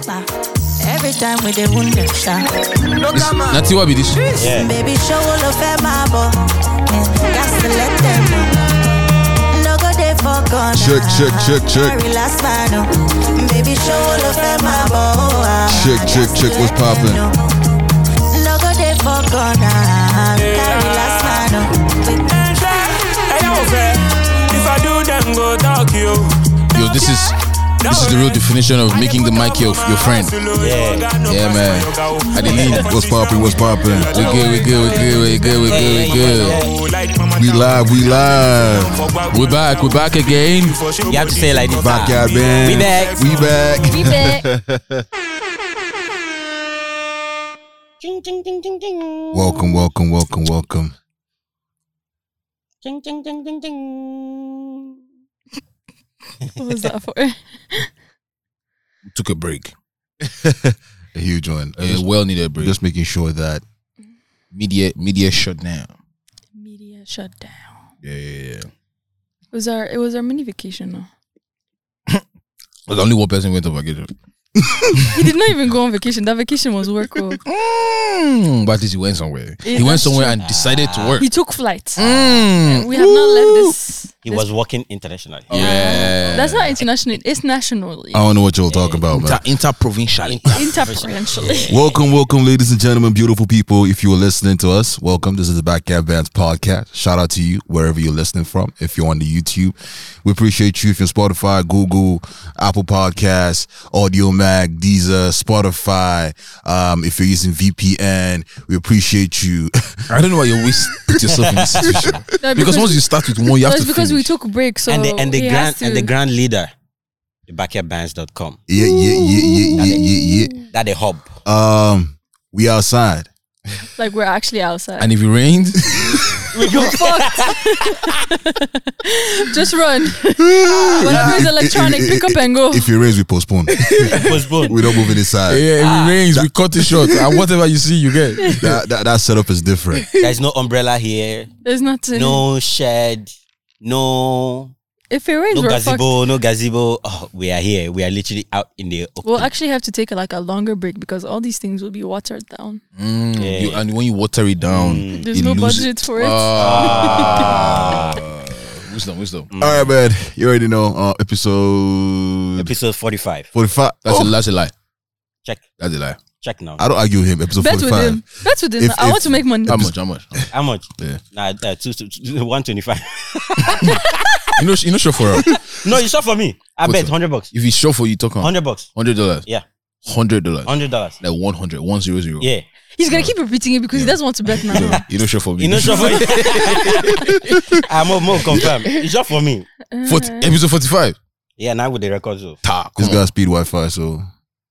star. Every time we dey wound them sharp. Look This, at man. Nati, what be this? Yeah. Baby, show all of them marble. Got to let them know. No go dey for corner. Check, check, check, check. Carry last man, oh. Baby, show all of them marble. Check, check, check, what's poppin'? No go dey for corner. Carry last man, oh. Hey, yo, fair. If I do, them go talk you. Yo, this is this is the real definition of making the mic your, your friend. Yeah. Yeah, man. Adeline, What's poppin'? What's poppin'? we good, we good, we good, we good, we good, we good. We live, we live. We're back, we're back again. You have to say it like this. ah. Backyard band. We back. We back. Be back. Ding, ding, ding, ding, ding. Welcome, welcome, welcome, welcome. Ding, ding, ding, ding, ding. What was that for? Took a break. A huge one. A Just- well needed break. Just making sure that media media shut down. Media shut down. Yeah, yeah, yeah. It was our it was our mini vacation. No? There's only one person went on vacation. He did not even go on vacation. That vacation was work. oh. Mm, but at least he went somewhere. Yeah, he went that's somewhere and decided to work. He took flight. Mm. We have not left this. this- He Oh. was working internationally. Yeah. That's not international. It's nationally. Oh. I don't know what y'all talking about, man. Inter- interprovincial. Interprovincially. Welcome, welcome, ladies and gentlemen, beautiful people. If you are listening to us, welcome. This is the Backyard Bands podcast. Shout out to you wherever you're listening from. If you're on the YouTube, we appreciate you. If you're Spotify, Google, Apple Podcasts, Audio Mag, Deezer, Spotify. Um, if you're using VPN, we appreciate you. I don't know why you always put yourself in this situation. No, Because once you start with one, you no, have it's to because we finish. took breaks. So and the and the he grand has and the to- grand leader, the backyardbands.com. yeah, yeah, yeah, yeah, yeah, yeah, yeah. That the hub. Um, we outside. like we're actually outside. and if it rained, Just run. Whatever is electronic, pick up and go. If it rains, we postpone. Postpone. we don't move inside. yeah, if Ah. it rains, we cut it short, and whatever you see, you get. That, that that setup is different. There's no umbrella here. There's nothing. No shed. No If it rains, no we're fucked. gazebo. No gazebo. Oh, we are here. We are literally out in the open. We'll actually have to take like a longer break because all these things will be watered down. Mm, Yeah. Hmm. you- and when you water it down, There's you no lose Uh, budget for it. Ah. wisdom, wisdom. All right, man. You already know uh, episode Episode 45. forty five. That's, a, that's a lie. Check. That's a lie. Check now. I don't argue with him. Episode Bet forty with five. him. Bet with him. If- I if- want to make money. How much? How much? How much? Yeah. Nah, uh, two, two, two, 125. You know, you know, sure for her. no, you saw for me. I What's bet up? 100 bucks. If it's sure for you, talk on 100 bucks. hundred dollars. Yeah. hundred dollars. $100. dollars. Like one hundred, one zero zero. Yeah. He's gonna keep repeating it because he doesn't want to bet now. You know, sure for me. You know, sure for I'm more, more confirm. It's just for me. Uh, Forty- Mm. episode forty-five. Yeah, now with the record so. Ta, This come guy on. speed Wi Fi, so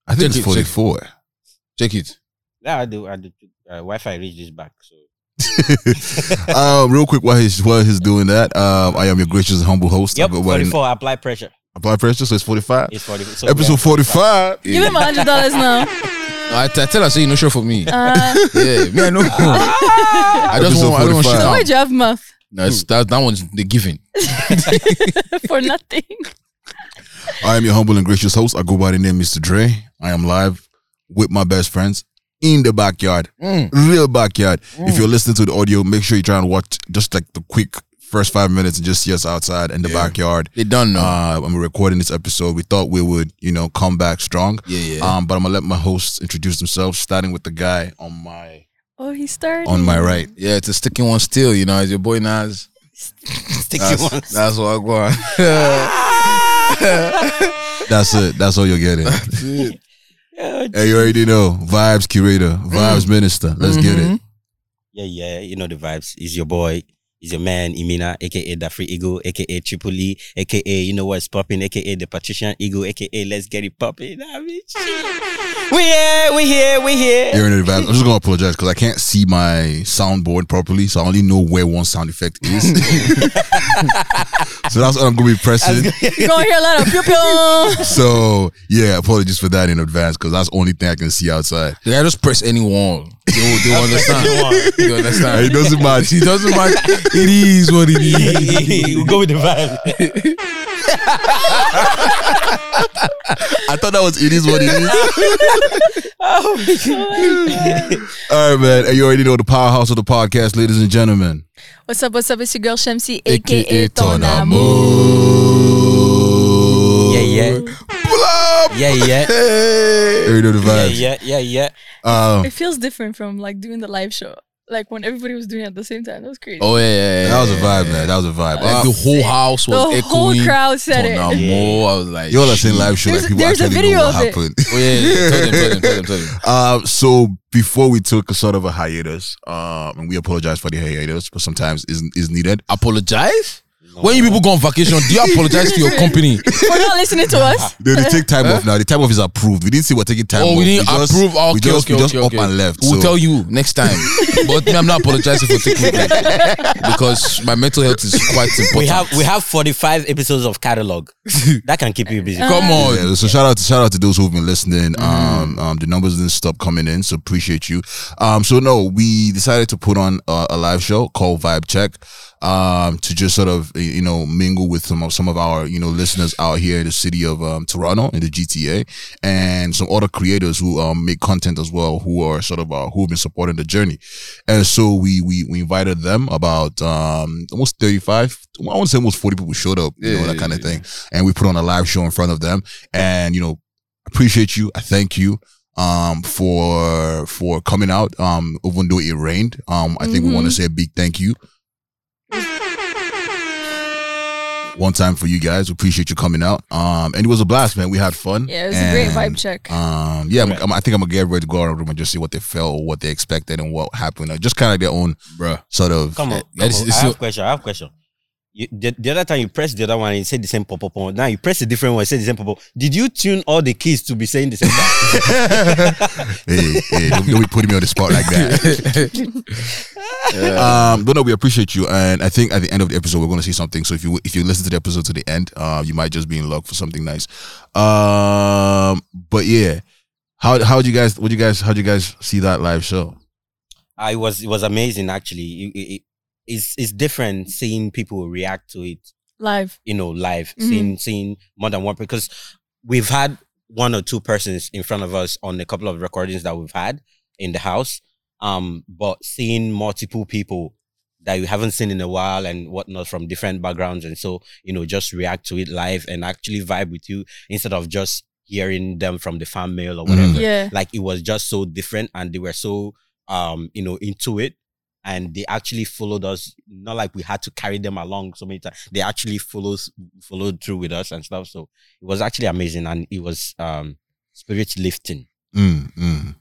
I think Check it, it's forty four. Check it. Yeah, I do. I do. Uh, Wi-Fi reach this back. So um, real quick, while he's while he's doing that, um, I am your gracious and humble host. yep, I've got what, forty-four. Apply pressure. Apply pressure, so it's forty five. It's forty. So Episode forty five. Give him a hundred dollars now. I, I tell her, say you know, sure for me. Uh, yeah, me, I know. I just Episode want, I don't want shit so 45. out. why do you have mouth No, it's, that that one's the giving. for nothing? I am your humble and gracious host. I go by the name Mr. Dre. I am live with my best friends in the backyard, real backyard. Mm. If you're listening to the audio, make sure you try and watch just like the quick first five minutes and just see us outside in the backyard. They done now. Uh, when we're recording this episode, we thought we would, you know, come back strong. yeah, yeah. Um, but I'm gonna let my hosts introduce themselves, starting with the guy on my Oh, he started on my right. yeah, it's a sticking one still. You know, it's your boy Nas. sticky That's, ones. that's what I want. That's it. That's all you're getting. Yeah, hey, you already know. Vibes curator, Mm-hmm. vibes minister. Let's get it. yeah, yeah. You know the vibes. Is your boy. Is your man Imina, aka the Free Eagle, aka Tripoli, aka you know what's popping, aka the Patrician Eagle, aka Let's Get It Popping. I mean, shit. we here, we here, we here. You're in advance. I'm just gonna apologize because I can't see my soundboard properly, so I only know where one sound effect is. so that's what I'm gonna be pressing. You're gonna hear a lot of pew pew. So yeah, apologies for that in advance because that's the only thing I can see outside. yeah, just press any wall. They, they understand. they It understand. doesn't match. It doesn't matter. It is what it is. you go with the vibe. I thought that was it is what it is. Oh All right, man. And you already know the powerhouse of the podcast, ladies and gentlemen. What's up? What's up? It's your girl Shamsi, aka, AKA Ton Amour. Tonamo. Yeah, yeah. Blub. Yeah, yeah. You already know the Yeah, vibes. yeah, yeah, yeah. Um, It feels different from like doing the live show, like when everybody was doing it at the same time. That was crazy. Oh yeah, yeah, yeah. that was a vibe, man. That was a vibe. Like the Uh, whole house was the echoing. whole crowd said it. Tonamo. I was like, you all are shit. saying live show There's- like people there's a actually video know what of it. happened. Oh yeah, yeah, yeah. Tell them, tell them, tell them, tell them. Uh, so before we took a sort of a hiatus, um, and we apologize for the hiatus, but sometimes is is needed. Uh, Apologize. When you people go on vacation, do you apologize to your company? For not listening to us. They, they take time off now. The time off is approved. We didn't say we're taking time Oh, off. we didn't just- approve. Okay, we just, okay, we just okay, up okay. and left. We'll so tell you next time. But me, I'm not apologizing for taking break because my mental health is quite important. We have we have 45 episodes of catalog. that can keep you busy. Come on. Mm. Yeah, so shout out to shout out to those who've been listening. Um, um, the numbers didn't stop coming in, so appreciate you. Um, so no, we decided to put on a, a live show called Vibe Check, um, to just sort of y- you know mingle with some of some of our you know listeners out here in the city of um, Toronto in the GTA, and some other creators who um make content as well who are sort of uh, who've been supporting the journey, and so we we we invited them about um almost thirty five. I want to say almost forty people showed up, you know that kind of thing and we put on a live show in front of them and you know appreciate you i thank you um for for coming out um even though it rained um i think we Mm-hmm. want to say a big thank you one time for you guys we appreciate you coming out um and it was a blast man we had fun Yeah, it was a great And, vibe check. um yeah I'm, I'm- i think i'm gonna get ready to go out of the room and just see what they felt or what they expected and what happened or just kind of their own Bruh. sort of Come on. That is- come on. it's I so- have question. I have question. You, the, the other time you press the other one and it said the same pop up on. Now you press a different one, it said the same pop up. Did you tune all the keys to be saying the same thing? hey, hey, don't, don't be putting me on the spot like that. Um, but no, we appreciate you, and I think at the end of the episode we're going to see something. So if you if you listen to the episode to the end, uh, you might just be in luck for something nice. Um, but yeah, how how would you guys? What you guys? How would you guys see that live show? I was it was amazing actually. It- it- it's it's different seeing people react to it Live. you know, live, Mhm. seeing seeing more than one because we've had one or two persons in front of us on a couple of recordings that we've had in the house. Um, but seeing multiple people that you haven't seen in a while and whatnot from different backgrounds, and so you know, just react to it live and actually vibe with you instead of just hearing them from the fan mail or whatever Yeah. like it was just so different and they were so um you know into it and they actually followed us not like we had to carry them along so many times they actually follows followed through with us and stuff so it was actually amazing and it was um spirit lifting Mm, mm.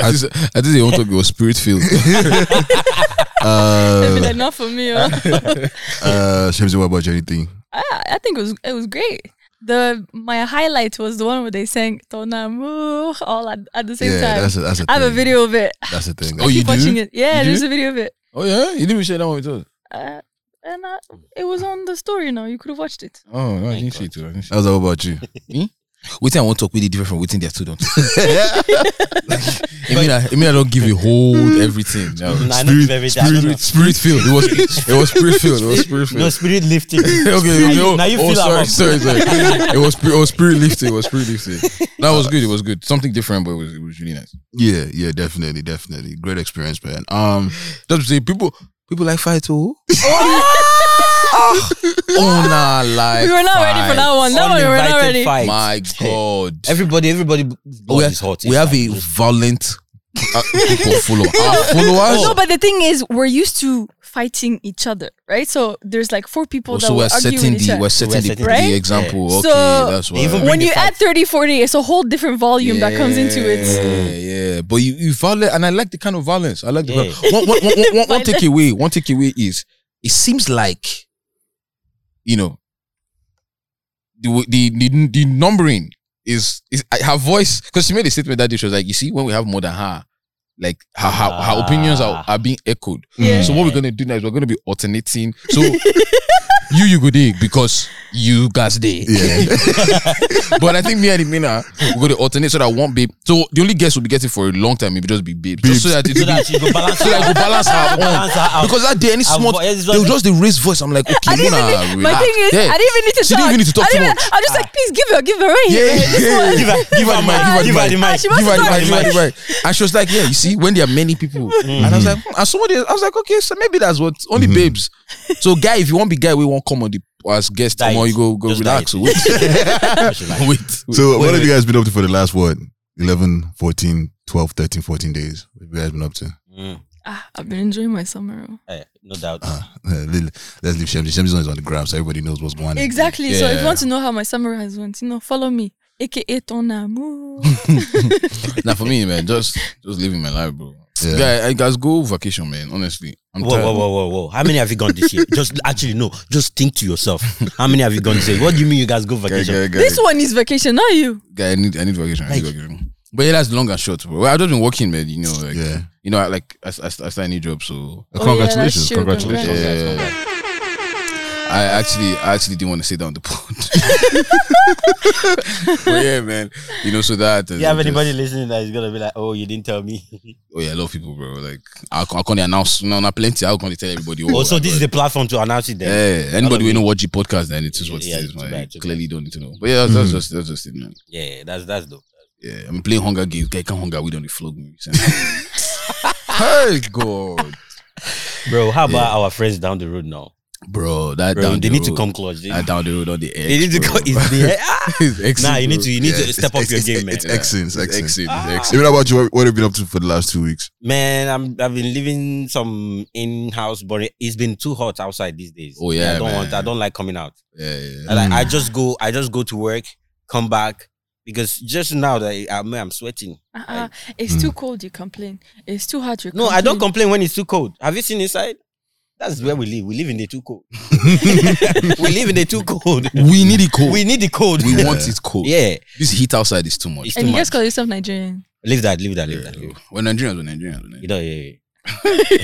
I just, I just want to be a spirit filled. They'd be Uh, like, not for me. oh." uh, Shamsi, what about you? Anything? I, Ah, I think it was it was great. The my highlight was the one where they sang Ton Amour all at, at the same yeah, time. that's a, that's a I have a thing. video of it. That's the thing. Oh, I you keep watching do? it. Yeah, You there's do? a video of it. oh yeah, you didn't even share that one with us. Uh, and I, it was on the story now. You could have watched it. Oh no, I didn't Thank God. see it. Too. I didn't see it. How's that about you? Waiting, I want to talk really different from waiting their student. I mean, I, I mean, I don't give you whole everything. No. No, I don't give everything, I don't know. Spirit, spirit filled. It was, it was spirit filled. It was spirit filled. no spirit lifting okay, now, you you, know- now you oh, feel sorry, our- sorry, sorry. It was, spirit- it was spirit lifted. It was spirit lifted. That was good. It was good. Something different, but it was, it was really nice. Yeah, yeah, definitely, definitely. Great experience, man. Um, That's to say, people, people like fight too. oh nah, like We were not ready for that one. That one we were not uninvited ready. fight. My God, everybody everybody blood we, is hot we have a inside. violent uh, group of follow- our followers. No, but the thing is, we're used to fighting each other, right? So there's like four people that Oh, so were we're setting arguing with each the other. we're setting the, setting the Right? example. Yeah. Okay, So- that's why. They even when bring you the add 30, 40, it's a whole different volume that comes into it. Yeah, yeah. But you, you violent, and I like the kind of violence. I like the Yeah. kind- one, one, one, one, one, one takeaway. One takeaway is it seems like, you know, the w- the the, the numbering is is I- her voice because she made a statement that day. She was like, you see, when we have more than her. Like her, her, her opinions are, are being echoed. Yeah. So what we're gonna do now is we're gonna be alternating. So you you go there because you guys there. Yeah. but I think me and Imina we go to alternate so that one babe. So the only guest will be getting for a long time if it just be babe, just so that it so that she go balance so that I go balance her own. Balance her out. Because that day, any Her small, vo- yes, it's they'll like- just they raise voice. I'm like, okay, I didn't Mona, even need, my relax. thing is, Yeah. I didn't even need to She talk. didn't even need to talk I too didn't even- much. I'm just like, please give her, give her right. Yeah, This yeah. one. Give her, give her the mic. Give her the mic. She wants Give her to the talk. mic, give her the mic. And she was like, yeah, you see, when there are many people, and I Mm. was like, hmm, and somebody, else- I was like, okay, so maybe that's what only Mm-hmm. babes. So guy, if you want be guy, we won't come on the as guest. Diet. Tomorrow you go go Just relax. oh. diet. Wait, Relax. wait. So wait, what have wait. you guys been up to for the last what 11, 14, 12, 13, 14 days? What have you guys been up to? Mm, Ah, I've been enjoying my summer. oh. eh, no doubt. Ah, let's leave Shamsi. Shamsi's always on the ground, so everybody knows what's going on. Exactly. So if Yeah. you want to know how my summer has went, you know, follow me, aka Ton Amour. Now for me, man, just just living my life, bro. Yeah. Yeah, I guys go vacation, man. Honestly, I'm Whoa, tired. whoa, whoa, whoa, whoa! How many have you gone this year? Just actually no. Just think to yourself. How many have you gone this year? What do you mean you guys go Guy, vacation? guy, guy, this one is vacation, not you. guy, I need I need vacation. I need Like- vacation. But yeah, that's long and short, bro. Well, I've just been working, man. You know, like Yeah. you know, I, like I, I, I started a new job, so Uh, Oh, yeah, congratulations, that's true, congratulations. congrats. I actually, I actually didn't want to sit down the pod. but yeah, man. You know, so that. uh, Do you have anybody listening that is gonna be like, "Oh, you didn't tell me." Oh yeah, a lot of people, bro. Like, I, I can't announce. No, not plenty. I can't tell everybody. Oh, Also, my this God. is the platform to announce it. Then. Yeah, anybody who don't watch the podcast, then it is what Yeah, it too is. man. bad, Hmm. too Clearly, don't need to know. But yeah, that's, that's just that's just it, man. Yeah, that's that's dope. Yeah, I'm playing Hunger Games. Guy can't hunger. We don't need flog me. hey God, Bro, how about our friends down the road now? bro, that Bro, down they the need to road- come close. They, That down the road on the edge. they need to bro. come. It's the, ah! It's exit, Nah, you need bro. to you need Yeah, to step it's- up your it's- game, man. It's excellent. It's It's excellent. exit. It's exit. Even about you, what have you been up to for the last two weeks? Man, I'm I've been living some in-house, but it's been too hot outside these days. Oh, yeah, I don't man. Mm. want. I don't like coming out. Yeah, yeah. yeah. I Like, I just go. I just go to work, come back because just now that I, I'm, I'm sweating. Uh-uh. Hmm. It's too cold, you complain. It's too hot, you No, I don't complain when it's too cold. Have you seen inside? That's where we live. We live in the too cold. we live in the too cold. We need it cold. We We, need the cold. want it cold. Yeah, This heat outside is too much. It's And too you guys much. call yourself Nigerian. leave that. Leave that. Leave that. leave that. We're Nigerians, we're Nigerians, we're Nigerians. You know, yeah, yeah.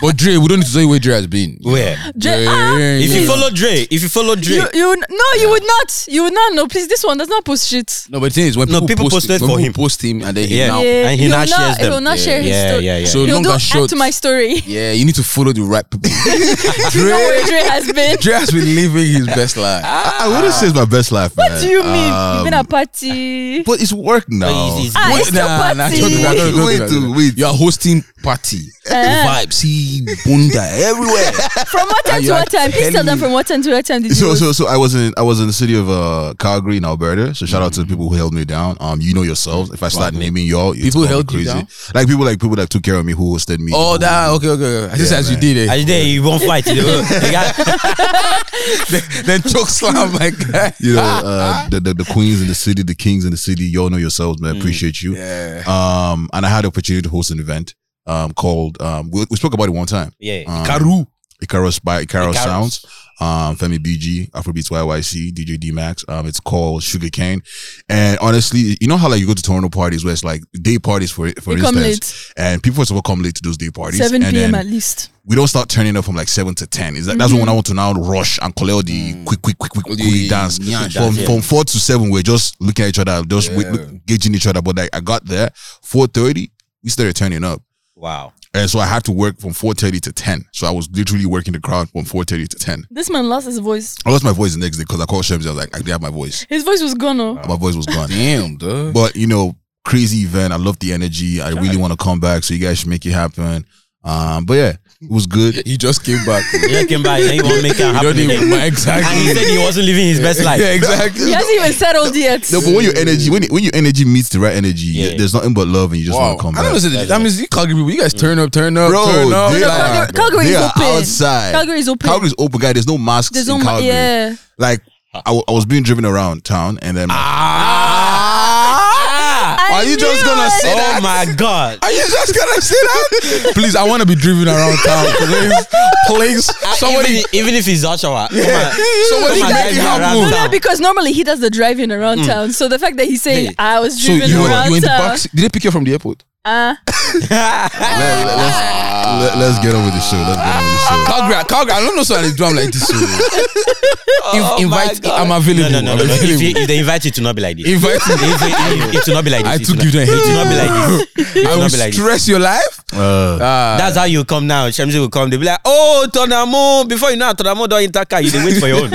But Dre, we don't need to tell you where Dre has been. Where? Dre- Yeah, ah, yeah, If yeah. you follow Dre, if you follow Dre, you, you would- no, you would not. You would not know. Please, this one does not post shit. No, but the thing is, when No, people, people post, posted when for people him. post him and then him Yeah. now. Yeah, and he will now shares He them. will not Yeah, share his yeah, story. yeah, yeah. So He'll long do and short. add to my story. Yeah, you need to follow the right people. You know Dre, where Dre has been. Dre has been living his best Ah, life. I, I wouldn't say it's my best life, man. What do you mean? You've been Um, a party. But it's work now. he's- he's- Ah, it's still Nah, nah, party. don't do that, don't do that, don't do that. Wait, wait. You are hosting party. Eh. Vibes, see bunda everywhere. From what time you to are what time? Please tell them telling me. from what time to what time did you so host? so so I was in I was in the city of uh, Calgary in Alberta. So shout out Mm. to the people who held me down. Um, you know yourselves. If I start naming y'all, it's People gonna be held you crazy. down? Like people like people that took care of me, who hosted me. Oh, who- that okay, okay. okay. I just as you man. did it. I there you won't fight. You know? The guy- then choke slam my guy. You know, uh, the, the the queens in the city, the kings in the city. Y'all know yourselves, man. Appreciate you. Yeah. Um, and I had the opportunity to host an event. Um, called um, we, we spoke about it one time. yeah. Um, Karu. Icaros by Icaros Icaros. Sounds, um, Femi BG, Afrobeats YYC, DJ D Max. Um, it's called Sugar Cane. And honestly, you know how like you go to Toronto parties where it's like day parties for for You instance, come and people first of all come late to those day parties. 7 and p.m. then at least. we don't start turning up from like seven to ten. Is that that's when I want to now rush and collect all the quick, quick, quick, quick, quick the dance. nyan from dance, yeah. from four to seven, we're just looking at each other, just we- Yeah. look- gauging each other. But like I got there four thirty, we started turning up. Wow. And so I had to work from 4.30 to 10. So I was literally working the crowd from 4.30 to 10. This man lost his voice. I lost my voice the next day because I called Shems. I was like, I didn't have my voice. His voice was gone. Oh. My voice was gone. Damn, duh. but, you know, crazy event. I love the energy. I really want to come back. So you guys should make it happen. Um, but yeah, it was good. He just came back. You know, came by and he won't make it You happen. don't even again. mind And he exactly. said he wasn't living his best life. Yeah, exactly. He hasn't even settled yet. No, but when your energy, when, when your energy meets the right energy, Yeah. there's nothing but love and you just Wow. want to come I don't know. back. so That, that means you Calgary people. You guys turn up, turn up, Bro, turn up. they No, are- Calgary- Calgary they is are open. outside. Calgary is open. Calgary's open, guy. There's no masks There's in no ma- Calgary. yeah. Like, I, w- I was being driven around town and then... Ah! I Are you just knew gonna it. say that? Oh my god. Are you just gonna say that? Please, I want to be driven around town. Please, please, somebody, even, even if he's Oshawa. Yeah. somebody Come on, make it drive me around happen. town. No, because normally he does the driving around town. So the fact that he's saying Hey. I was So driven you were, around you were in the town. back. seat- Did they pick you up from the airport? Uh, Let, let, let's, let, let's get on with the show. Let's get on with the show. Calgary, Calgary. I don't know someone is drum like this. So. if invite, I'm available. Oh No, no, no, I'm no, no. available. If, you, if they invite you, to not be like this. invite me. If they- if- it will not be like this. I It took will you not- there. It will not be like this. It I will will not be like this. stress your life. Uh, Uh, That's how you come now. Shamsi will come. They'll be like, oh, Tonamo. Before you know, Tonamo don't enter car. You they wait for your own.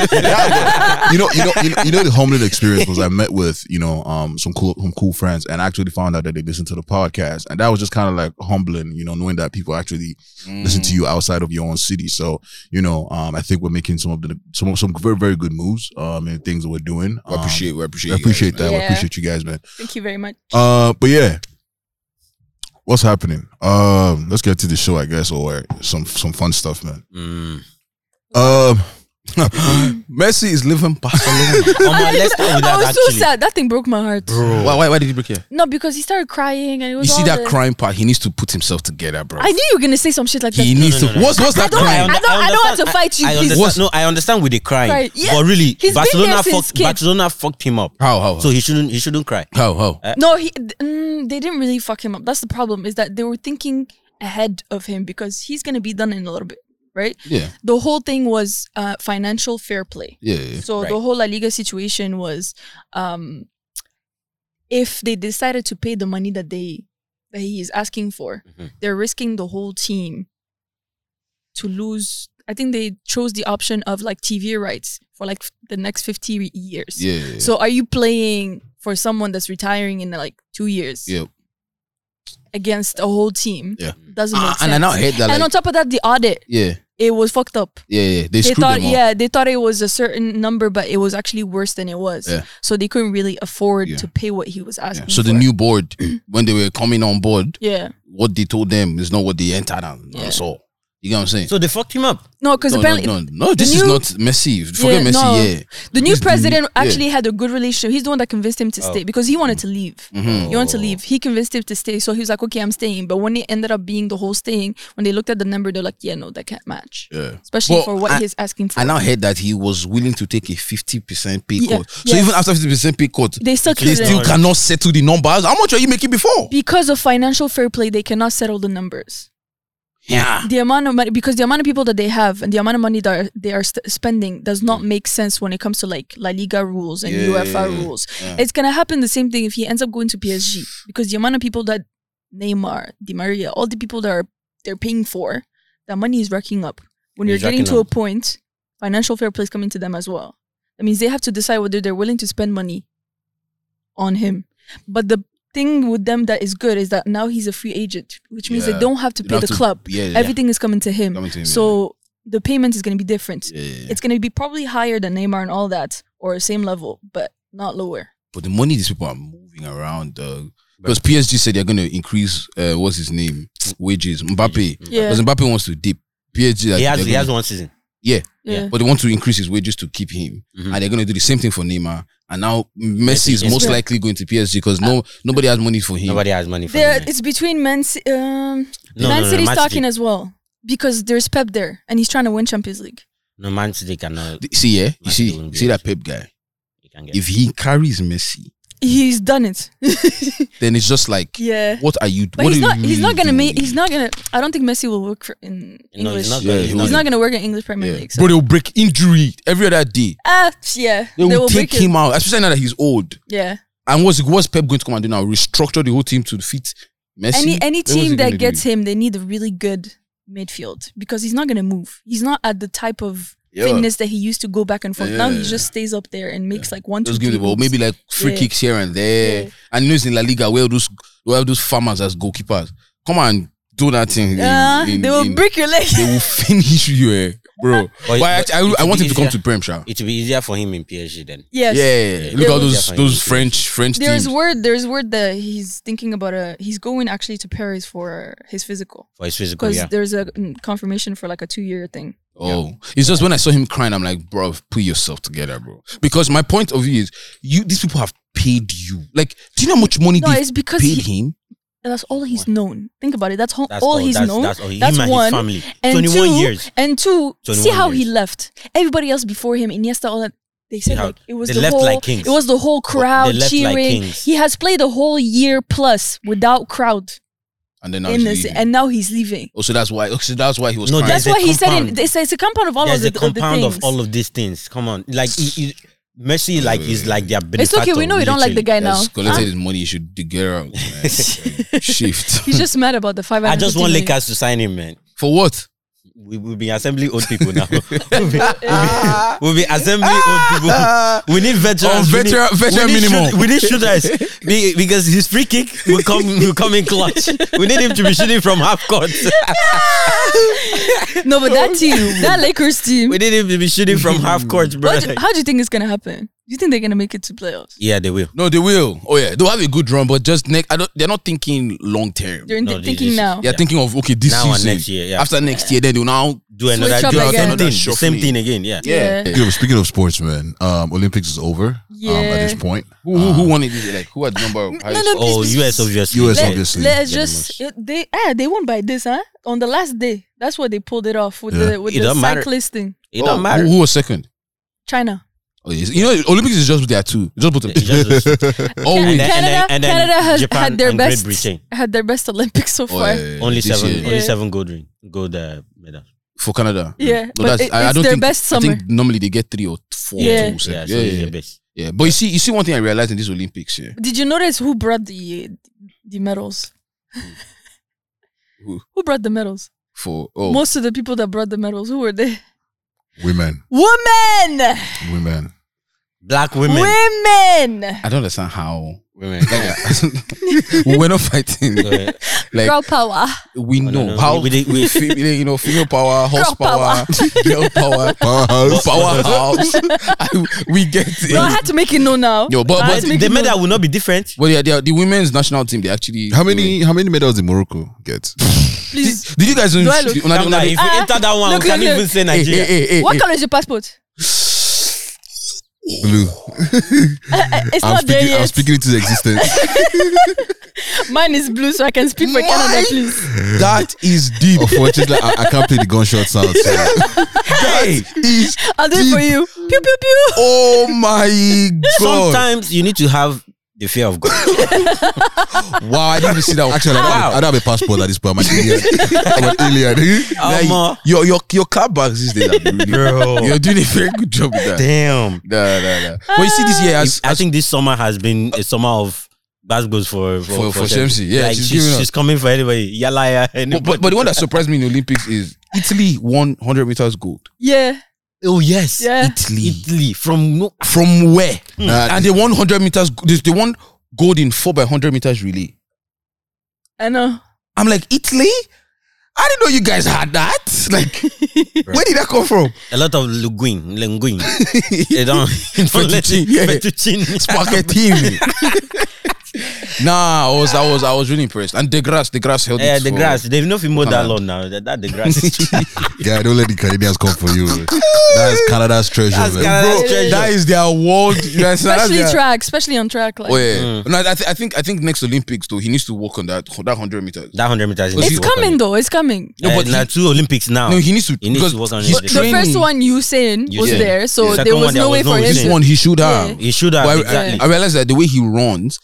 you know, you know, you know, you know, the humbling experience was I met with you know um some cool some cool friends and actually found out that they listened to the podcast and that was just kind of like humbling, you know, knowing that people actually listen Mm. to you outside of your own city. So you know, um, I think we're making some of the some of- some very very good moves um and things that we're doing. we Um, appreciate. We appreciate. I you guys, man. appreciate that. I Yeah. appreciate you guys, man. thank you very much. Uh, but yeah, what's happening? Um, let's get to the show, I guess, or some some fun stuff, man. Mm. Um, Messi is living Barcelona. Omo, let's start with I that was so actually. sad. That thing broke my heart. why, why? Why did he break here? No, because he started crying and it was You see all that the- crying part? He needs to put himself together, bro. I knew you were gonna say some shit like that. he needs no, to. no, no. What's what's that don't- crying? I don't- I don't want to fight you, I please. understand. What's- no, I understand with the crying, Right. Yeah. but really, He's been Barcelona there since fucked. kid. Barcelona fucked him up. How? How? So he shouldn't. He shouldn't cry. how? How? No, he th- mm, they didn't really fuck him up. That's the problem is that they were thinking ahead of him because he's gonna be done in a little bit, right? Yeah. The whole thing was uh, financial fair play. Yeah. yeah. So Right. the whole La Liga situation was, um, if they decided to pay the money that they that he is asking for, Mm-hmm. Mhm. they're risking the whole team to lose. I think they chose the option of like TV rights for like f- the next fifty years. Yeah. yeah. So are you playing for someone that's retiring in like two years? Yep. Against a whole team. Yeah. Doesn't make Ah, sense. and I now hate that. And on Like, top of that, the audit yeah. it was fucked up. Yeah. Yeah. They They screwed thought them up. yeah, they thought it was a certain number, but it was actually worse than it was. Yeah. So they couldn't really afford Yeah. to pay what he was asking. So the for. new board, when they were coming on board, yeah what they told them is not what they entered and Yeah. and saw. You get what I'm saying? So they fucked him up. no because no, no, apparently no, no, this is new- not Messi. Forget Yeah, Messi. no. Yeah, the new This is president yeah. actually had a good relationship. He's the one that convinced him to stay because he wanted to leave. Mhm. He wanted to leave. He convinced him to stay, so he was like, "Okay, I'm staying." But when it ended up being the whole staying, when they looked at the number, they're like, "Yeah, no, that can't match." Yeah. especially Well, for what I- he's asking for. I now heard that he was willing to take a 50% pay Yeah, cut. So yes. even after 50% pay cut, They still they couldn't. still cannot settle the numbers. How much are you making before? because of financial fair play, they cannot settle the numbers. Yeah. The amount of money, because the amount of people that they have and the amount of money that are, they are st- spending does not make sense when it comes to like La Liga rules and Mm. Yeah, UEFA yeah, yeah. rules. Yeah. It's gonna happen the same thing if he ends up going to PSG because the amount of people that Neymar, Di Maria, all the people that are they're paying for, that money is racking up. When you're It's getting racking to a up. point, financial fair play is coming to them as well. That means they have to decide whether they're willing to spend money on him. But the thing with them that is good is that now he's a free agent, which means Yeah. they don't have to You pay don't the have to- club. yeah, yeah. Everything is coming to him. Coming to him, so the payment is going to be different. Yeah, yeah, yeah. It's going to be probably higher than Neymar and all that, or same level, but not lower. But the money these people are moving around, uh, because PSG said they're going to increase, uh, what's his name? Wages. Mbappe. Yeah. Because Mbappe wants to dip. PSG, like, He has. they're He gonna- has one season. yeah, Yeah. but they want to increase his wages to keep him, and they're going to do the same thing for Neymar. And now Messi is Messi, most yeah. likely going to PSG because no nobody has money for him. Nobody has money for There, him. it's between Man, Ci- um, No, Man no, no, City's Man City. talking as well because there's Pep there and he's trying to win Champions League. No man City cannot. See, yeah, you Messi see, won't you be see able that Pep guy. he can get- If he carries Messi, He's done it. then it's just like, yeah. what are you? But what he's are not. you He's not gonna doing? make. He's not gonna. I don't think Messi will work for in No, English. he's not. Yeah, gonna- he he's will. not He's gonna- not gonna work in English Premier Yeah. League. So. Bro, they will break injury every other day. Ah, yeah. They will, break take his- him out, especially now that he's old. Yeah. And what's what's Pep going to come and do now? Restructure the whole team to fit Messi. Any any Then what's he team gonna that gets do? him, they need a really good midfield because he's not gonna move. He's not at the type of Yeah. fitness that he used to go back and forth. Now Yeah. he just stays up there and makes like one, two, Just give three the ball, moves. maybe like free Yeah. kicks here and there. Yeah. And you know, it's in La Liga where those where those farmers as goalkeepers come and do that thing. in- in- Yeah, Ah, Uh, they will in- break your leg. They will finish you, eh, bro. But- But, I, but actually, it I, I will want be him to come easier. to Prem, sha. It will be easier for him in PSG then. yes. Yeah, Yeah. look Yeah, at those definitely. those French French There's teams. word. There's word that he's thinking about a. He's going actually to Paris for his physical For his physical, because yeah. there's a mm, confirmation for like a two-year thing. Oh, it's just when I saw him crying, I'm like, bro, put yourself together, bro. Because my point of view is, you these people have paid you. Like, do you know how much money No, they it's because paid he, him? that's all he's known. Think about it. That's, ho- That's all all- he's that's- known. that's all. Him and his one. family. And 21 two, years. And two, see 21 how he years. left. Everybody else before him, Iniesta, all that. They said how- like it was they the left whole. like kings. It was the whole crowd left like cheering. kings. he has played a whole year plus without crowd. and then now in he's this, leaving. and now he's leaving. oh, so that's why. Oh, so that's why he was. No, crying. That's There's a why he said in, compound. it's, it's a compound of all There's of a the, of the compound things. of all of these things. Come on, like he- he- Messi, like is like their it's benefactor. okay. We know you don't like the literally. guy now. That's collected his money. You should dig her out. man. Shift Ah, He's just mad about the five. I just want Lakers to sign him, man. for what? We will be assembling old people now. we'll, be, we'll be- we'll be assembling old people. We need veterans. Oh, we need- veteran- veteran we need minimum. shoot- we need shooters Be- because his free kick will come will come in clutch. We need him to be shooting from half court. No, but that team, that Lakers team. we need him to be shooting from half court, bro. what do- how do you think it's gonna happen? Do you think they're gonna make it to playoffs? Yeah, they will. No, they will. Oh yeah, they'll have a good run, but just next. I don't. They're not thinking long term. They're No, th- they- thinking they- now. They're thinking of okay, this Now and season, next year, yeah. after next year, then they'll now. Do another, up do the again. same thing. The Shuffling. same thing again. Yeah. Yeah. Yo, speaking of sports, man, um, Olympics is over um, at this Yeah. point. Who, who, Ah. who won it? this year? Like who had number? highest- no, Oh, please, US obviously. US Yeah. obviously. Let's Yeah, the just it- they ah they won by this, huh? On the last day, that's what they pulled it off with Yeah. the with It the don't matter. cyclist thing. It Oh, don't matter. Who, who was second? China. Oh, yes. You know, Olympics is just there too. Just Oh, both of them. It's just- Always. And then- Canada, and then Canada has Japan had their and Great best Britain. had their best Olympics so Oh, far. yeah, Yeah, yeah, yeah. only This seven, year. only Yeah. seven gold ring, gold uh, medals. for Canada. but it- it's their best I summer. think normally they get three or four. Yeah. to Yeah, seven. so yeah, it's yeah, the best. yeah. But you see, you see one thing I realized in these Olympics. Yeah, Did you notice who brought the the medals? Who? who brought the medals? for oh, Most of the people that brought the medals, who were they? Women, Women, women. Black women. women. I don't understand how. women. we were not fighting. Like Girl power. we I know don't know. how We did- we- fem- you know female power, horsepower, power. girl power, Powerhouse. powerhouse. I- we get No, I it. had to make it known now. Yo, but I had but to make the it known. medal will not be different. Well, yeah, they are, the women's national team. They actually. How many how many medals did Morocco get? Please. Did you guys? Do I look- Calm down. eh, If you Ah, enter that one, look, we can't look, even look. say hey, hey, Nigeria. hey, hey, What hey. color is your passport? Blue. It's I'm not there speaking, I'm yet. speaking into existence. Mine is blue, so I can speak for Canada, please. That is deep. Unfortunately, I, I can't play the gunshot sound. So. is I'll do it for you. Pew pew pew. oh my god! Sometimes you need to have the fear of God. Wow, I didn't even see that. One. Actually, I don't, have, I don't have a passport at this point. I'm an alien. I'm an alien. Like, Omo. your your your car bags these days are really. You're doing a very good job with that. Damn. Nah, nah, nah. But you see this year as, I think this summer has been a summer of basketballs for For- for Shamsi. Yeah, Like, she's she's, giving up. she's coming for anybody. Yalla, yeah. But, but, but the one that surprised me in the Olympics is Italy won 100 meters gold. Yeah. oh yes, Yeah. Italy. Italy from no, From where? Nah, Hmm. And they won 100 meters. g- They they won gold in 4 by 100 meters relay. I know. I'm like, Italy? I didn't know you guys had that. Like, where did that come from? a lot of linguine, linguine. they don't, don't let Fettuccine, it, yeah. fettuccine. Spaghetti. nah, I was, I was, I was really impressed. And the grass, the grass held it Yeah, Eh, the for- grass. They've not mowed that Canada. long now. That, that the grass. is- yeah, don't let the Canadians come for you. That's Canada's treasure, That's man. Canada's Bro, treasure. that is their world. you understand? That's Especially their- track, especially on track. Like Oh yeah. No, I, th- I think I think next Olympics though he needs to work on that that hundred meters. that eh, hundred meters. It's it's coming though. It's coming. No, No, but but he- two Olympics now. no, he needs to He needs because to work on he's his- The training. first one Usain was Usain. there, so The there second was one, no there way was for no him. this Usain. to- one he should have. Yeah. he should have But I, exactly. I realized that the way he runs,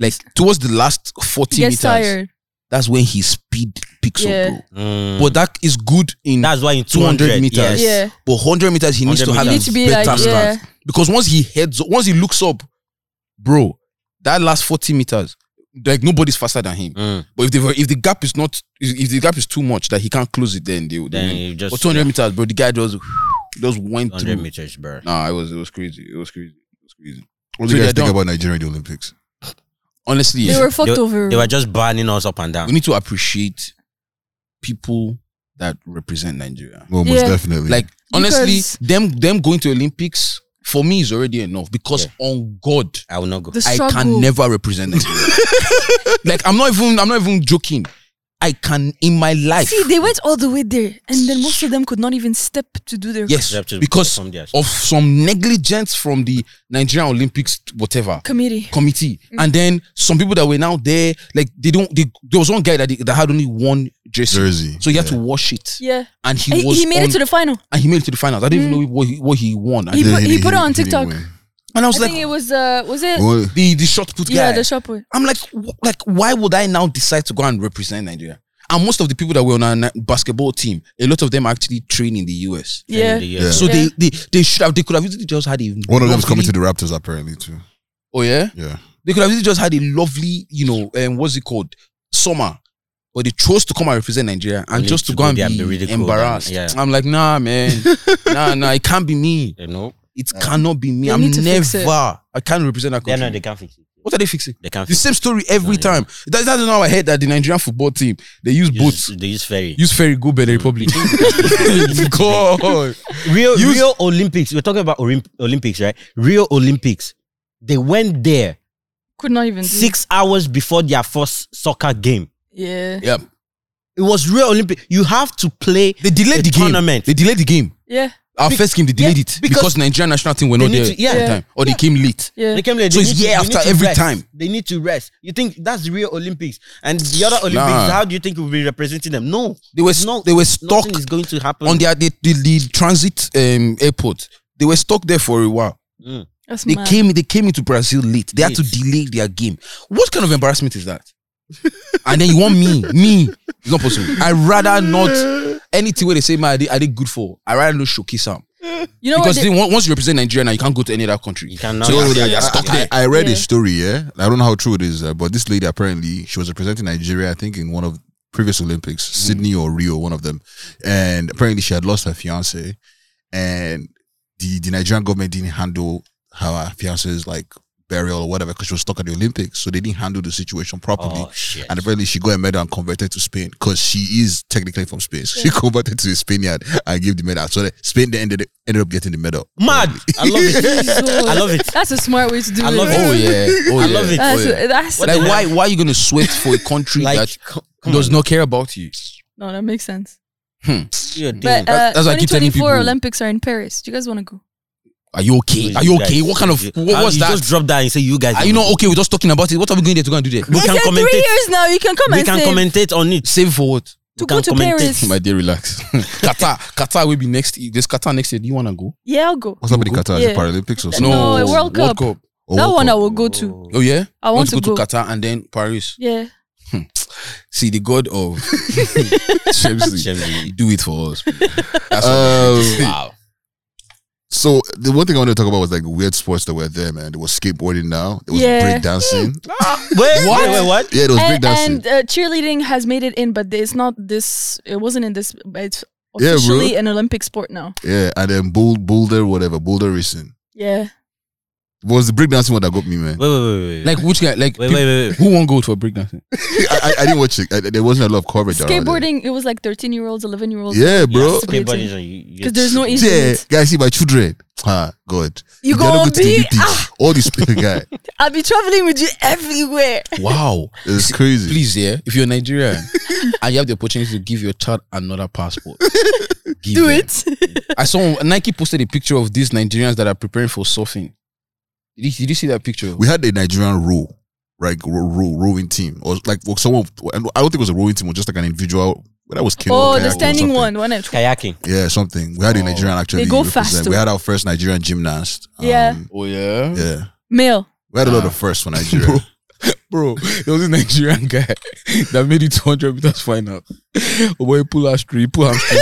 like towards the last forty He meters, gets tired. that's when his speed picks Yeah. up. Bro. Mm. But that is good in that's why in two 200 hundred meters. meters, Yeah. but hundred meters he needs to 100 have You need meters. a to be better like, yeah. stance. because once he heads once he looks up, bro, that last forty meters, like nobody's faster than him. Mm. But if the if the gap is not if the gap is too much that he can't close it, then they, they Then win. you just- but 200 meters, bro. The guy just just went through. hundred meters, bro. Nah, it was it was crazy. It was crazy. It was crazy. What do So you they guys think don't- about Nigeria in the Olympics? Honestly, They yeah, were fucked They- over. They were just burning us up and we down. need to appreciate people that represent Nigeria. Well, most Yeah. definitely. Like honestly, Because- them them going to Olympics for me is already enough because on God. I will not go. the I struggle. can never represent Nigeria. like I'm not even I'm not even joking. I can in my life. See, they went all the way there, and then most of them could not even step to do their. Yes, They have to because perform their- of some negligence from the Nigerian Olympics, whatever Committee. committee, Mm-hmm. and then some people that were now there, like they don't. They, there was one guy that, that had only one jersey, Jersey. so he had to wash it, Yeah. and he He, was he made on- it to the final. and he made it to the finals. I didn't even know what he, what he won. I He Yeah, put- he put it on didn't TikTok. win. And I I was think like, it was uh was it Well, the the shot put guy. yeah the shop with- I'm like, wh- like, why would I now decide to go and represent Nigeria? And most of the people that were on our na- basketball team, a lot of them actually train in the US. yeah Yeah. So Yeah. they, they they should have they could have easily just had a one of them's coming to lovely- the Raptors apparently too. oh yeah Yeah, they could have easily just had a lovely you know um, what's it called summer, but they chose to come and represent Nigeria and Only just to to go go and there be, and be ridiculed embarrassed. and- yeah. I'm like nah man, nah nah it can't be me. You know? It cannot be me. They I'm need to fix it. never. I can't represent that Yeah, country. no, they can't fix it. what are they fixing? They can't The fix same story every No, yeah. time. That, that's how I heard that the Nigerian football team they use it. boots. Use, they use ferry. Use ferry, go by the Republic. God. Rio, Use- Rio Olympics. We're talking about Olymp- Olympics, right? Rio Olympics. They went there could not even do- six hours before their first soccer game. yeah Yeah. It was Rio Olympic. You have to play. They delayed A the game. tournament. They delayed the game. yeah Our Be- first game, they yeah, delayed it because- because, Nigerian national team were They not need there to- yeah. at the time, or they came late. yeah They came late. So They it's need to- year they need after to every rest. time. They need to rest. You think that's Rio Olympics and the other Olympics? Nah. How do you think we'll be representing them? No, They were no. they were stuck Nothing is going to happen. on their the, the, the transit um, airport. They were stuck there for a while. Mm. that's They mad. came they came into Brazil late. They had to Late. delay their game. What kind of embarrassment is that? and then you want me, me? It's not possible. I rather not anything where they say, "Man, are they, are they good for?" I rather not showcase them. you know what because they- then on- once you represent Nigeria, now you can't go to any other country. You cannot. So Yeah, you're, yeah, you're stuck I, there. I read a Yeah. story. Yeah, I don't know how true it is, uh, but this lady apparently she was representing Nigeria. I think in one of previous Olympics, Sydney or Rio, one of them, and apparently she had lost her fiance, and the the Nigerian government didn't handle her fiance's like burial or whatever because she was stuck at the Olympics, so they didn't handle the situation properly. oh shit! And apparently, she got a medal and converted to Spain because she is technically from Spain. So She converted to a Spaniard and gave the medal. So that Spain then ended, ended up getting the medal. Mad. I love it. I love it. that's a smart way to do I it love it. Oh yeah, oh, I yeah. love it. Oh, that's, yeah. that's Like why why are you gonna sweat for a country Like, that does not care about you? no that makes sense you're But doing. uh, That's- that's why I keep telling 2024 people- Olympics are in Paris. Do you guys want to go? Are you okay? Are you okay? What kind of what How was Uh, Ah, you that? Just drop that and say you guys. Are Ah, you not okay? We're just talking about it. What are we going there to go and do there? We I can said three commentate. years now. You can come We and can say commentate on it. Save for what? to we go can to commentate. Paris. My dear, relax. Qatar, Qatar will be next. year. There's Qatar next year. Do you wanna go? Yeah, I'll go. What's up with the Google? Qatar? Yeah. Is it Paralympics or something? No, a World Cup. Or that World one I Cup? will go to. Oh yeah, I want to go, go. to Qatar and then Paris. Yeah, See the god of Chelsea. Chelsea. Do it for us. Uh, please. That's Um, wow. So the one thing I wanted to talk about was like weird sports that were there, man. There was skateboarding now. There was Yeah. breakdancing. Hmm. Wait, What? what? Wait, wait, what? Yeah, there was and, breakdancing. and uh, cheerleading has made it in, but it's not this. It wasn't in this. But it's Yeah, bro. officially an Olympic sport now. yeah, and then bull, boulder, whatever, boulder racing. Yeah, It was the breakdancing one that got me, man. Wait, wait, wait, wait, wait. Like which guy? Like wait, peop- wait, wait, wait. who won't go to a breakdancing? I, I, I didn't watch it. I, there wasn't a lot of coverage. around it. skateboarding. It was like thirteen year olds, eleven year olds. Yeah, bro. Yes. Skating. Skateboarding, you- you- because there's no Yeah, incident. guys, see my children. Ah, God. You They don't gonna go to the be? Ah. UP. All this guy. I'll be traveling with you everywhere. Wow. It's crazy. Please, yeah. If you're Nigerian and you have the opportunity to give your child another passport, give Do them. it. I saw Nike posted a picture of these Nigerians that are preparing for surfing. Did you, did you see that picture? we had a Nigerian row, right? Row, row, rowing team, or like or someone. I don't think it was a rowing team, or just like an individual. That was killed. oh, the standing one, one at Kayaking. Yeah, something. We had a Nigerian actually. go represent. faster. We had our first Nigerian gymnast. um, Yeah. Ah. oh yeah, yeah. male. We had a lot of firsts for Nigeria. bro. There was a Nigerian guy that made it 200 meters final. Oh boy, pull hamstring, pull hamstring.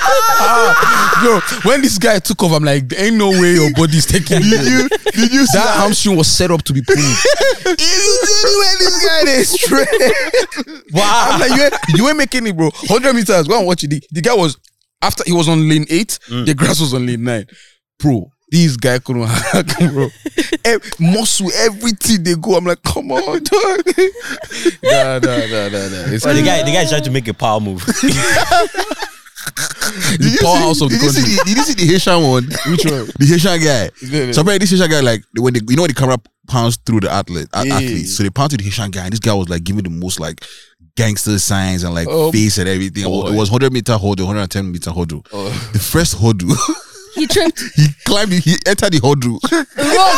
Ah, yo, when this guy took off, I'm like, there ain't no way your body's taking did it. you? Did you see That that? hamstring was set up to be pulled. this guy is straight. Wow. I'm like, you ain't, you ain't making it, bro. 100 meters. Go and watch it. The, the guy was, after he was on lane eight, Mm. the grass was on lane nine. Bro, this guy couldn't hack, bro. Ev- muscle, everything they go. I'm like, come on, dog. nah, nah, nah, nah, nah. It's So the guy, the guy tried to make a power move. Did you the see- powerhouse of the did you see country. the- Did you see the Haitian one? Which one? The Haitian guy. Yeah, So apparently this Haitian guy, like when they, you know, when the camera pounds through the athlete, a- Yeah. athlete. So they pounded the Haitian guy, and this guy was like giving the most like gangster signs and like Oh, face and everything. It boy. was 100 meter hurdle, 110 meter hurdle. Oh. The first hurdle, He tripped. he climbed, he entered the hurdle. Wrong.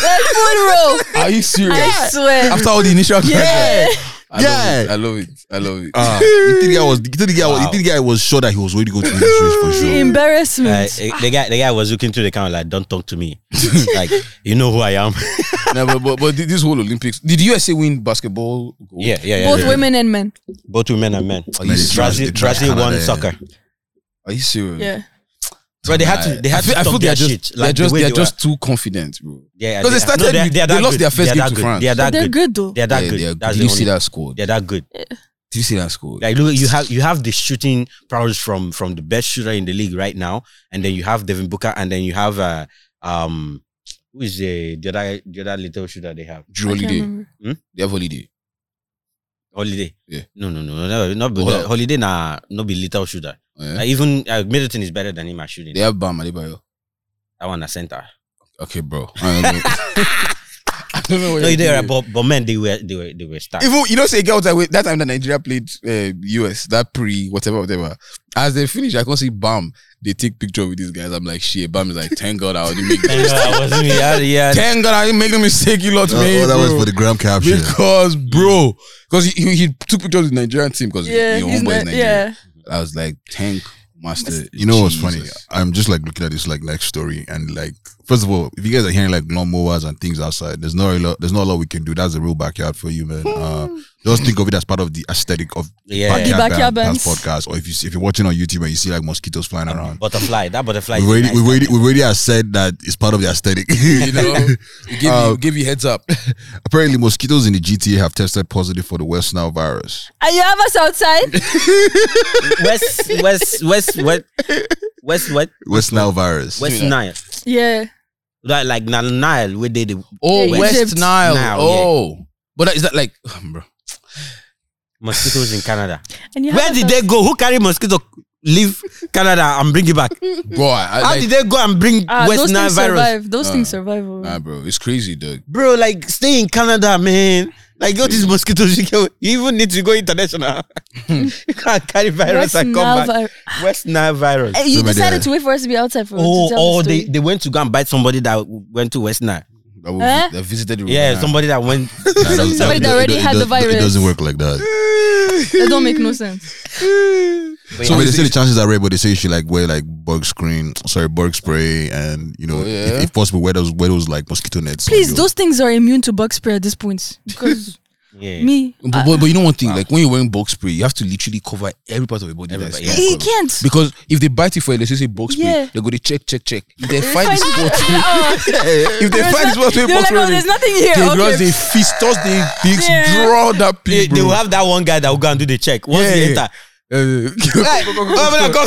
That foot roll. Are you serious? I swear. After all the initial Yeah. I Yeah. love it. I love it. I love Ah, it. you think the guy was? You think the guy? was- Wow. You think the guy was sure that he was going to go to the States for The sure? Uh, embarrassment. eh, the guy, the guy was looking through the camera like, "Don't talk to me." like, you know who I am. no, but, but but this whole Olympics, did USA win basketball? gold? yeah, yeah, yeah. Both yeah. women and men. both women and men. you see- Brazil, they tried Brazil won Canada, soccer, Are you serious? Yeah. but they had to, they I had feel, to I feel stop they're their just shit. they're Like, the just way they're they were. just too confident, bro. Yeah, because they yeah. started No, with- they that lost good. their first They game are that to good. France. They are that They're good. good though. They are that Yeah, good. they are- That's did the you only- see that score? They're that good. Did you see that score? Like look, you have you have the shooting prowess from from the best shooter in the league right now, and then you have Devin Booker, and then you have uh, um who is the the other the other little shooter they have Drew I can't Holiday. remember. They have Holiday. Holiday. Yeah. No, no, no, no, not be, Hold on. Holiday. Nah, no be little shooter. Yeah. Like, even uh, Middleton is better than him at shooting. They have Bam Adebayo. That one a center. Okay, bro. I don't know. I don't know what No, you're they doing. were, but, but men, they were they were they were stars. Even you know, say girls that way, that time that Nigeria played uh, US, that pre whatever whatever. As they finish, I can see bam. They take picture with these guys. I'm like, shit. Bam is like, thank God I didn't make. That. yeah, I wasn't- yeah, yeah. thank God I didn't make the mistake you lot Oh, made. oh, that was bro." for the gram caption. because bro, because he, he, he took pictures with Nigerian team because Yeah, you know, he's homeboy is not- Nigerian. yeah. I was like, thank master. You know what's funny? Jesus." I'm just like looking at this like next story and like first of all, if you guys are hearing like lawnmowers and things outside, there's not a lot there's not a lot we can do. That's the real backyard for you, man. Uh, just think of it as part of the aesthetic of Yeah. The backyard Band- Band bands. podcast. Or if you see, if you're watching on YouTube and you see like mosquitoes flying around. Butterfly. That butterfly. We is already, nice. we already, we already have said that it's part of the aesthetic. You know, it gave, you, Um, it gave you heads up. Apparently, mosquitoes in the GTA have tested positive for the West Nile virus. And you have us outside? West West West West West what? West Nile virus. West Nile. yeah. That like na- Nile where they the Oh, Yeah, West Egypt. Nile. Nile, yeah. oh, but is that like, bro? mosquitoes in Canada. And you have Where us did outside. they go? Who carry mosquito leave Canada and bring it back? Bro, I, I How like, did they go and bring Ah, West those Nile things virus? survive. Those things Ah. survive. oh. Nah, bro, it's crazy, dog. Bro, like stay in Canada, man. Like all these mosquitoes, you, can, you even need to go international. you can't carry virus West and come Nile back. vi- West Nile virus. Eh, you Somebody decided there. to wait for us to be outside for Oh, to tell oh, the they, story. they went to go and bite somebody that went to West Nile. I will- Eh? I visited the Yeah, Rwanda. somebody that went. Nah, it doesn't- Somebody it that do- it already do- it had the does- It virus. doesn't work like that. That don't make no sense. So they say the chances are rare, but they say you should like wear like bug screen, sorry, bug spray, and you know, Oh, yeah? if, if possible, wear those wear those like mosquito nets. on Please, your- those things are immune to bug spray at this point because Yeah. me, But, but, but you know one thing, like when you're wearing box spray, you have to literally cover every part of your body. Everybody, that's yeah. he covered. can't. Because if they bite you for let's just say box spray, Yeah. they go to check, check, check. If they find the spot, Oh, if they there's find the no- spot where they're box like, oh, spray, there's is, nothing here. they okay. just they fist toss, they, they Yeah. draw that They, pig, they will bro. have that one guy that will go and do the check once Yeah, he yeah. enter. Uh, Like, oh, man, I come.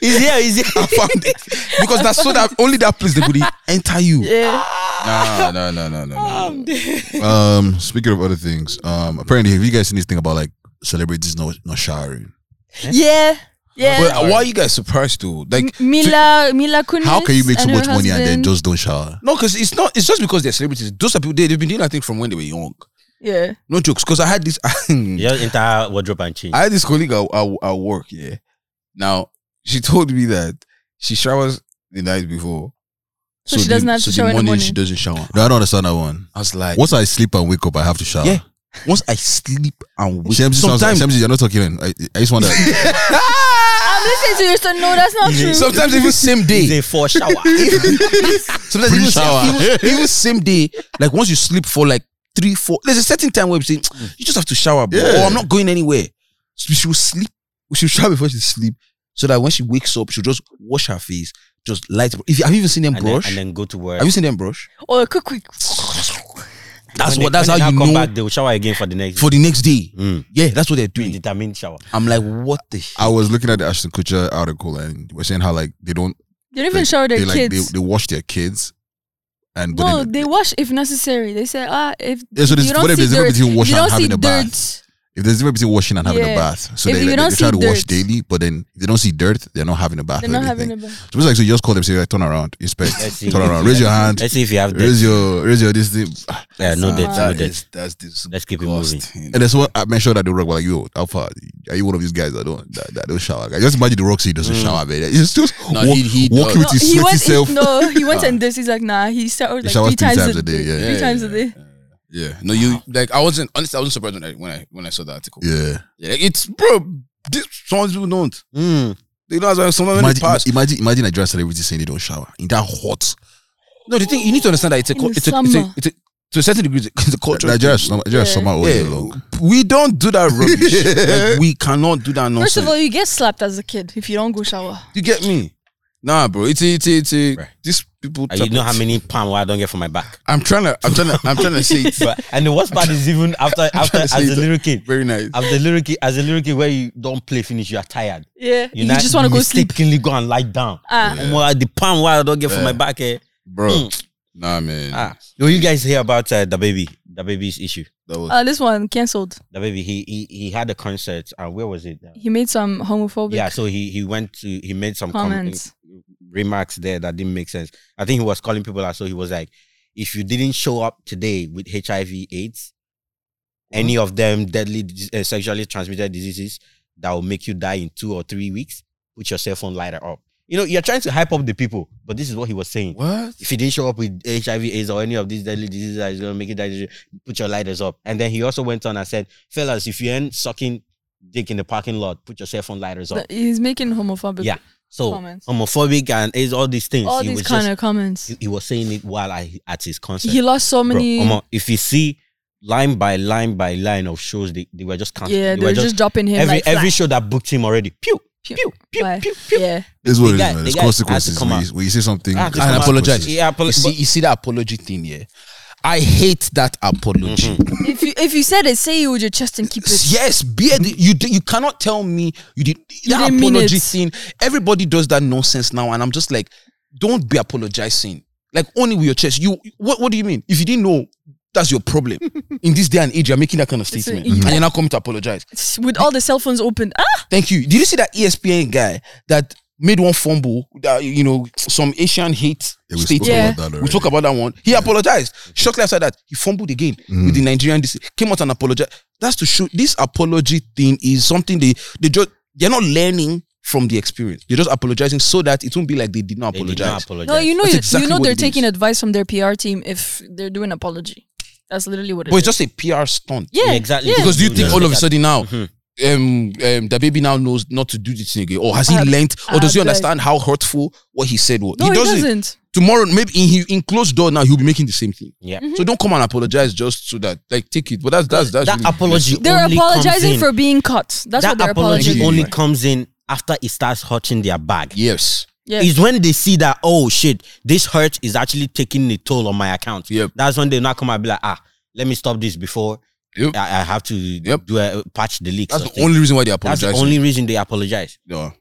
he's here, he's here. I found it because that's so that only that place they could enter you. Yeah. No, no, no, no, no, no. Um, speaking of other things, um, apparently, have you guys seen this thing about like celebrities not not showering? Yeah. Yeah. But why are you guys surprised though? Like, M- Mila, Mila Kunis. How can you make so and much her money and then husband. just don't shower? no, because it's not. It's just because they're celebrities. Those are people. They, they've been doing that thing from when they were young. Yeah. No jokes. Because I had this. You just enter her wardrobe and change. I had this colleague at, at, at work, yeah. Now, she told me that she showers the night before. So she doesn't have to shower in the She morning. doesn't shower. No, I don't understand that one. I was like, Once I sleep and wake up, I have to shower. Yeah. once I sleep and wake Shamsi sounds like sometimes, Shamsi, you're not talking. in. I, I just want to. I'm listening to you, so no, that's not true. sometimes even same It's day. a four shower. sometimes even, Pre-shower. Same, even, even same day. Like once you sleep for like three, four. There's a certain time where you say, you just have to shower, bro. Yeah. Or I'm not going anywhere. So she will sleep. She will shower before she sleep. So that when she wakes up, she'll just wash her face, just light. If you have you even seen them and, then, brush? and then go to work. have you seen them brush? Or quick, quick. That's When what. they- That's how when they you now come know back, they will shower again for the next. for the next day. Mm. Ah, Yeah, that's what they're doing. Determined shower. I'm like, what the? Sh-? I was looking at the Ashton Kutcher article and we're saying how like they don't They don't even like, shower their they, like, they, kids. they wash their kids, and but no, then- they wash if necessary. They say, ah, if Yeah, so if there's- you don't what if see there's a dirt, difference between if washing you don't and see having a bath? dirt. if there's a difference between washing and having Yeah. a bath, so If they, you they, don't they try see to wash dirt. daily, but then if they don't see dirt, they're not having a bath. They're or not anything. having a bath. So it's like so you just call them, say like, turn around, inspect, Let's see. turn around, raise your hand, Let's see if you have raise this. your raise your this thing. Yeah, no debt, no That debt. is, that's this. Let's keep it moving. And that's what I made sure that the rock were like, yo, how far are you one of these guys that don't that, that don't shower? Like, just imagine the rock he doesn't shower, man. He's just Mm. No, walk- he- he walking does. with his sweaty went. self. no, he went and this. He's like, nah. He showers He like showers three times a day, day. yeah. Three times a day. Yeah. No, you. Like I wasn't honestly, I wasn't surprised when I when I when I saw the article. Yeah. Yeah, like, it's bro. This, some people don't. Mm. You know, as someone when they Imagine, pass. imagine, imagine Nigerian celebrities saying they don't shower in that hot. No, the thing you need to understand that it's a In cul- the it's a, it's a, summer. it's a to a certain degree it's a, it's a culture. Nigeria, Yeah. Nigeria summer all Yeah. year long. We don't do that rubbish. Like, we cannot do that nonsense. First of all, you get slapped as a kid if you don't go shower. you get me? Nah, bro. It's a, it's a, it's a, Right. these people. And you know how many palm I don't get from my back. I'm trying to I'm trying to I'm trying to say it's But and the worst part is even after after trying as to a say that. little kid, very nice. as a little kid, as a little kid where you don't play finish, you are tired. Yeah, you, not- just want to go sleep. mistakenly go and lie down. Ah, Well, the palm wire I don't get from my back. Eh. Bro. Nah man. Ah, yo, you guys hear about uh, the baby, the baby's issue. That was uh, this one cancelled. The baby, he he, he had a concert. Uh, where was it? He made some homophobic Yeah, so he he went to he made some com- comments. remarks there that didn't make sense. I think he was calling people out. So he was like, if you didn't show up today with HIV/AIDS, any of them deadly dis- uh, sexually transmitted diseases that will make you die in two or three weeks, put your cell phone lighter up. You know, you're trying to hype up the people, but this is what he was saying. what? If you didn't show up with HIV/AIDS or any of these deadly diseases that is going to make you die, put your lighters up. And then he also went on and said, fellas, if you end sucking dick in the parking lot, put your cell phone lighters up. Th- He's making homophobic Yeah. So comments. homophobic and is all these things. all he these was kind just- of comments. he, he was saying it while I at his concert. He lost so Bro, many. Omo, if you see line by line by line of shows, they, they were just canceling. yeah, they're just, dropping him every like every fly. show that booked him already. Pew Pew, pew pew bye. pew pew. yeah. It's what it is, guy- man. the It's guy has to consequences. come When you, out. when you say something, Has to it's come out. consequences. apologize. Yeah, apolo- you see, but- you see that apology thing here. I hate that apology. If you if you said it, say it with your chest and keep it. Yes, be it, you di- you cannot tell me you did that didn't mean apology it. thing. Everybody does that nonsense now, and I'm just like, don't be apologizing. Like only with your chest. You what what do you mean? If you didn't know, that's your problem. In this day and age, you're making that kind of a- statement, Mhm. and you're not coming to apologize. With all the cell phones open, ah, Thank you. Did you see that E ESPN guy that made one fumble? That you know some Asian hate Yeah, we spoke statement. Yeah. about that already. We talk about that one. He apologized. Shortly after that, he fumbled again Mm. with the Nigerian. dis- Came out and apologized. That's to show this apology thing is something they they just they're not learning from the experience. They're just apologizing so that it won't be like they did not They apologize. did not apologize. no, you know, That's you, exactly you know, what they're it taking is. advice from their PR team if they're doing apology. That's literally what it is. But it's just a PR stunt. yeah, Exactly. Yeah. Because do you Yeah. think all of a sudden now, Mhm. um, um, the baby now knows not to do this thing again, or has he Uh, learned, or does he uh, guys. understand how hurtful what he said was? no, he doesn't. Tomorrow, maybe in, he- in closed door now, he'll be making the same thing. Yeah. Mm-hmm. So don't come and apologize just so that like take it. But that's that's that's that really- apology. They're only comes apologizing in- for being caught. That's that what they're apology apologizing. only for. comes in after it starts hurting their bag. Yes. Yeah. It's when they see that oh shit, this hurt is actually taking a toll on my account. Yep. That's when they now come and be like, ah, let me stop this before Yep. I, I have to Yep. do a patch the leaks. That's or the thing. only reason why they That's apologize. the only reason they apologize. No,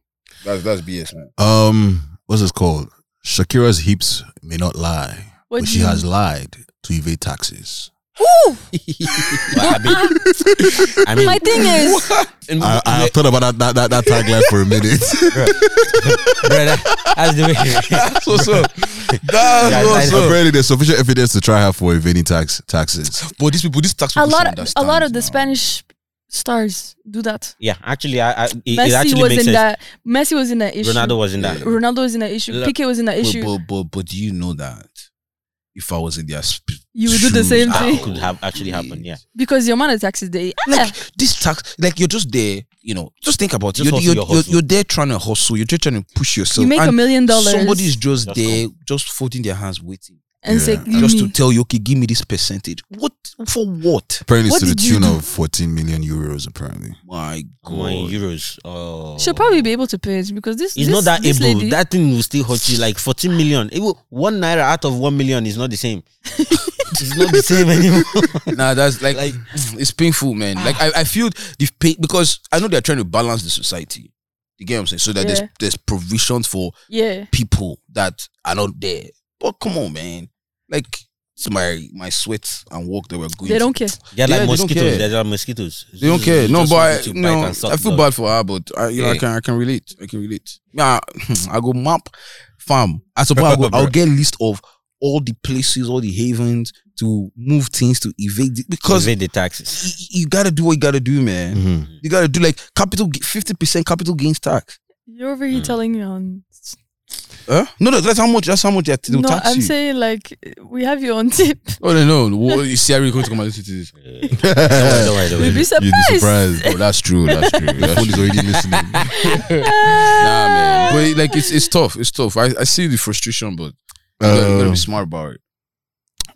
that's that's BS, man. Um, what's this called? Shakira's hips may not lie, What but do she you- has lied to evade taxes. Ooh, I mean, I mean my thing is, and- uh, I, I have thought about that that, that, that tagline for a minute. brother, that's the way. That's what's up. That's Yeah, what's that's- up. Apparently, there's sufficient evidence to try her for evading tax taxes. But these people, these tax people a should lot, of, a understand, lot of the man. Spanish stars do that. yeah, actually, I, I it, it Messi actually was in makes sense. that. Messi was in that issue. Ronaldo was in that. Ronaldo was in that issue. Look, Piqué was in that But, issue. but but but do you know that if I was in their sp- You would do the shoes, same I thing. Could have actually happened, yeah. Because your man attacks is day. Ah, Like this tax, like you're just there. You know, just think about it. Just You're, hustle you're, your you're, hustle. you're there trying to hustle. You're just trying to push yourself. you make a and million dollars. Somebody's just, Just there, just folding their hands, waiting, and say, Yeah. "Give just to me." tell you, okay, give me this percentage. What for? What? Oh Apparently, What it's to the did you tune do? of 14 million euros. Apparently, My God. One euros. Oh, she'll probably be able to pay it because this It's this, not that this able. lady- That thing will still hurt you. Like 14 million. It will, one naira out of one million is not the same. it's not the same anymore. nah, that's like, it's painful, man. Ah. Like I, I feel the pain because I know they're trying to balance the society. You get what I'm saying? So that Yeah. there's there's provisions for yeah. people that are not there. But come on, man. Like it's my my sweat and work that we're going. They to. don't care. Yeah, They're like they don't care. mosquitoes. They're like mosquitoes. They don't care. Just No, want but I, you to no, bite and suck I feel blood. bad for her, but I, you know, I Yeah. can I can relate. I can relate. Yeah, I go map farm. I suppose I'll, go, I'll get a list of all the places, all the havens to move things to evade it because Mm-hmm. Evade the taxes. y- y- you gotta do what you gotta do, man. You gotta do like capital fifty percent capital gains tax. Hmm. You're over here telling me on Huh? No, no, that's how much. That's how much they No, will tax I'm you. saying like we have you on tip. Oh no, no. What is Sierra going to come and listen to this? Don't worry, don't worry. You'd be surprised. You'd be surprised. Oh, that's true. That's true. Your That's phone is true. already listening. Nah, Ah. man. But it- like, it's it's tough. It's tough. I, I see the frustration, but you gotta, you gotta Um, be smart about it.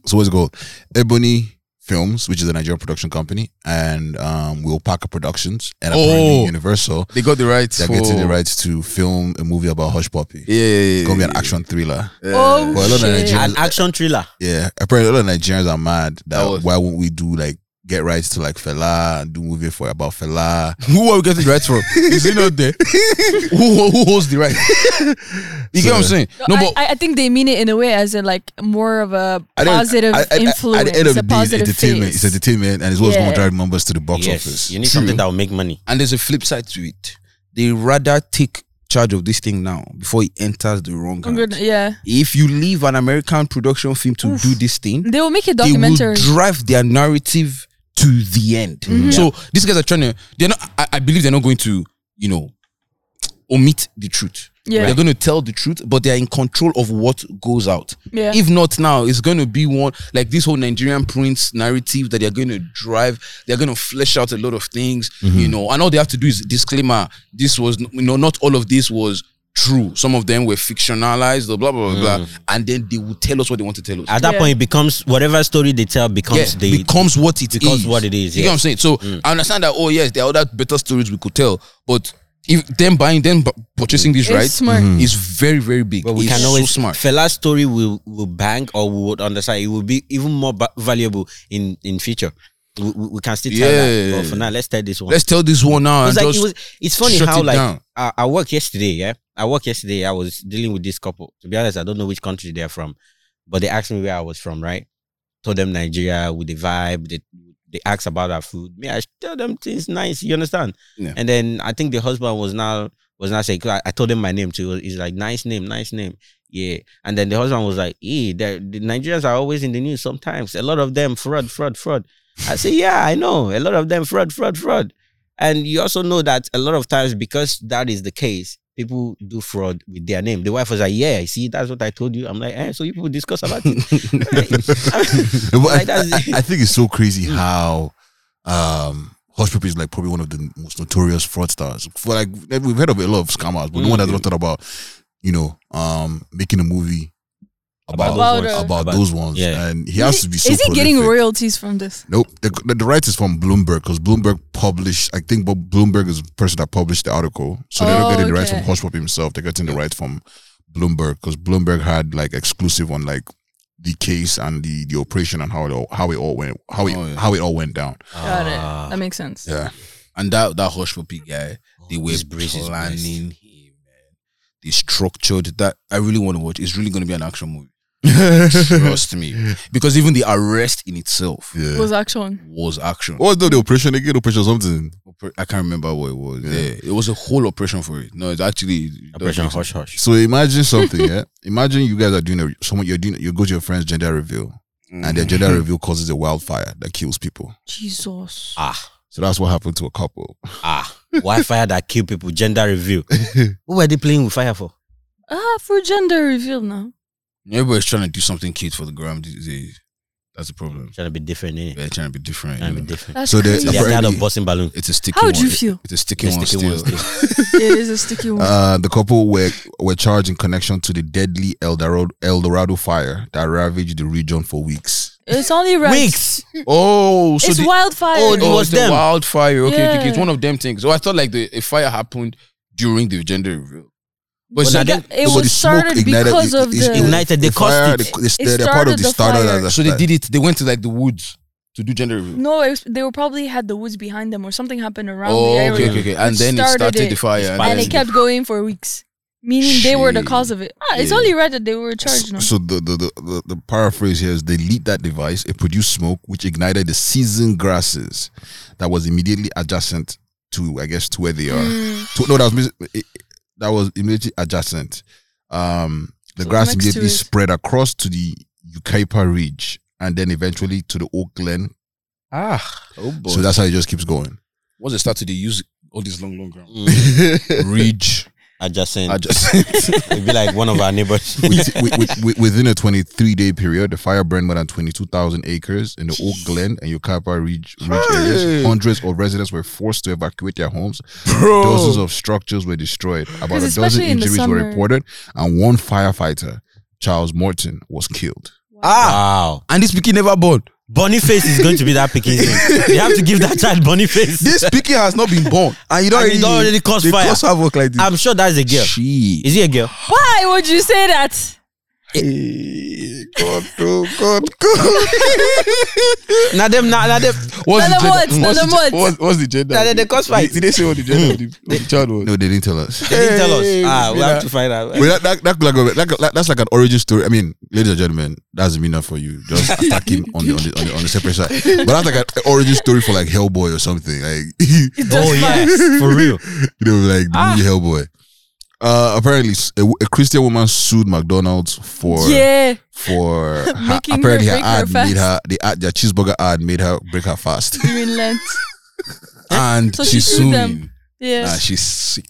so what's it called? Ebony Films, which is a Nigerian production company, and um, Will Packer Productions, and apparently Oh. Universal. They got the rights. They're for, getting the rights to film a movie about Hush Puppy. Yeah, yeah, yeah, It's gonna be an yeah. action thriller. Oh Well, a lot of shit. Nigerian- An action thriller. Yeah, apparently a lot of Nigerians are mad that That was- why won't we do like get rights to like Fela and do movie for about Fela? Who are we getting the rights from? Is he not there? who who holds the right? You get what I'm So- saying? No, but I, I think they mean it in a way as in like more of a At the end- positive at- at- at- influence. At the end of a the day, it's positive entertainment. face. It's entertainment, and it's what's going Yeah. to drive members to the box yes, office. you need True. something that will make money. and there's a flip side to it. They rather take charge of this thing now before it enters the wrong I'm good- hands. yeah. If you leave an American production film to do this thing, They will make a they will documentary. drive their narrative to the end. Mm-hmm. So these guys are trying to. They're not. I, I believe they're not going to. You know, omit the truth. Yeah. They're going to tell the truth, but they're in control of what goes out. Yeah. If not now, it's going to be one like this whole Nigerian prince narrative that they're going to drive. They're going to flesh out a lot of things, you know. And all they have to do is disclaimer: this was, n- you know, not all of this was true. Some of them were fictionalized, or blah blah blah, blah. And then they will tell us what they want to tell us. At that Yeah. point, it becomes whatever story they tell becomes Yes, the becomes what it is. becomes what it is, Mm. You know what I'm yes. saying? So I understand that. Oh yes, there are other better stories we could tell, but if them buying, them bu- purchasing these It's rights smart. Mm-hmm. Mhm. is very, very big. Mm. But we it's can so always smart. Fela's story will will bang or we would understand. It will be even more ba- valuable in in future. We, we, we can still tell that. Yeah. But for now, let's tell this one. Let's tell this one now. It's And like just, it was. It's funny shut how it like down. I, I worked yesterday. Yeah, I worked yesterday. I was dealing with this couple. To be honest, I don't know which country they're from, but they asked me where I was from. Right, told them Nigeria with the vibe. They they asked about our food. Me, I tell them things nice. You understand? Yeah. And then I think the husband was now was now saying. 'cause I, I told him my name too. He's like nice name, nice name. Yeah, and then the husband was like, "Eh, the the Nigerians are always in the news. Sometimes a lot of them fraud, fraud, fraud." I say, "Yeah, I know. A lot of them fraud, fraud, fraud." And you also know that a lot of times, because that is the case, people do fraud with their name. The wife was like, Yeah, see, that's what I told you. I'm like, eh, so you people discuss about it. But I- Like, I, that's- I think it's so crazy Hmm. how um, Hush Puppy is like probably one of the most notorious fraudsters. For like we've heard of a lot of scammers, but the one that's Hmm. not thought about, you know, um, making a movie About about about, those ones. About- those ones, yeah. and he has to be. Is So he getting prolific. royalties from this? Nope. The, the, the rights is from Bloomberg because Bloomberg published, I think Bob Bloomberg is the person that published the article. So they're not Oh, getting the rights okay. from Hush Puppy himself. They're getting the rights from Bloomberg because Bloomberg had like exclusive on like the case and the, the operation and how it all, how it all went, how it, Oh, yeah. how it all went down. Got Ah, it. Ah, That makes sense. Yeah. and that that hush puppy guy, they were this bridge is planning him, man. They structured that. I really want to watch. It's really going to be an action movie. Trust me, because even the arrest in itself Yeah. It was actual. was action. What was the, the operation? They get operation or something. Oper- I can't remember what Oh, it was. Yeah. it was a whole operation for it. No, it's actually Operation hush hush. So imagine something, yeah. imagine you guys are doing a, someone you're doing you go to your friend's gender reveal and their Mm. gender reveal causes a wildfire that kills people. Jesus. Ah, So that's what happened to a couple. ah. Why fire that kill people? Gender review. Who were they playing with fire for? Ah, for gender reveal now. Everybody's trying to do something cute for the gram these days. That's the problem. Trying to be different, innit? They're trying to be different. you Trying to be know. different. That's So the- crazy. the They're tired Apparently- of busting balloon. It's a sticky. How would you one. feel? It's a sticky Let's one. take it still. one step. it is a sticky one. Uh, the couple were were charged in connection to the deadly El Dorado, El Dorado fire that ravaged the region for weeks. it's only right. Weeks. Oh, so It's the, wildfire. Oh, it was was them. the wildfire. Okay, okay, okay, it's Yeah. one of them things. So I thought like the a fire happened during the gender reveal. But But so, that- then, it So the was smoke started because of it's- the. ignited, they the caused fire, it. they- It They, are part of started the the starter. fire. that- so they that- did it. They went to like the woods to do gender reveal. no, it was, they were probably had the woods behind them or something happened Mm, around Oh, the okay, area. okay, okay. And then it started started it. the fire. And And then it kept going for weeks, meaning they were the Shit. cause of it. Ah, it's Yeah. only right that they were charged So, now. so the, the, the, the, the paraphrase here is they lit that device. It produced smoke, which ignited the seasoned grasses that was immediately adjacent to, I guess, to where they are. Hmm. To- no, that was mis- it- it- that was immediately adjacent. Um, the So grass next to immediately it. spread across to the Ukaipa Ridge and then eventually to the Oakland. ah, oh boy. So that's how it just keeps going. Mm. What's the start to the use all these long, long ground Mm. ridge adjacent. I just It'd be like one of our neighbors. with- with- with- within a 23 day period, the fire burned more than 22,000 acres in the Oak Glen and Yokapa Ridge, Ridge areas. Hundreds of residents were forced to evacuate their homes. Dozens of structures were destroyed. About 'Cause a dozen especially in the injuries were summer. reported, and one firefighter, Charles Morton, was killed. Ah, Wow. and this picky never born. Boniface is going to be that picking thing. You have to give that child Boniface. This picky has not been born. And you And it don't already cause They fire. Ah, cause havoc like this. I'm sure that's a girl. She. Is he a girl? Why would you say that? God, oh, God, God. Now them, now, now them. What's None the of gender? What's, the, what, none of gen- what. what's, what's the gender? Nah, they- they cause fight. Did, did they say what the gender of the, of the child was? No, they didn't tell us. They didn't tell us. Hey, Ah, we Mina. have to find out. Wait, that, that, that, could like, that, could- that- that's like an origin story. I mean, ladies and gentlemen, that's mean enough for you. Just attack him on the on the, on the on the separate side. But that's like an origin story for like Hellboy or something. Like you Oh yes, for real. know, like the Ah. movie Hellboy. Uh, apparently, s- a, a Christian woman sued McDonald's for yeah. for her, Making her apparently her break her ad fast. made her the ad their cheeseburger ad made her break her fast, During Lent. and So she she's sued them. suing. Yeah. Nah, she's sick.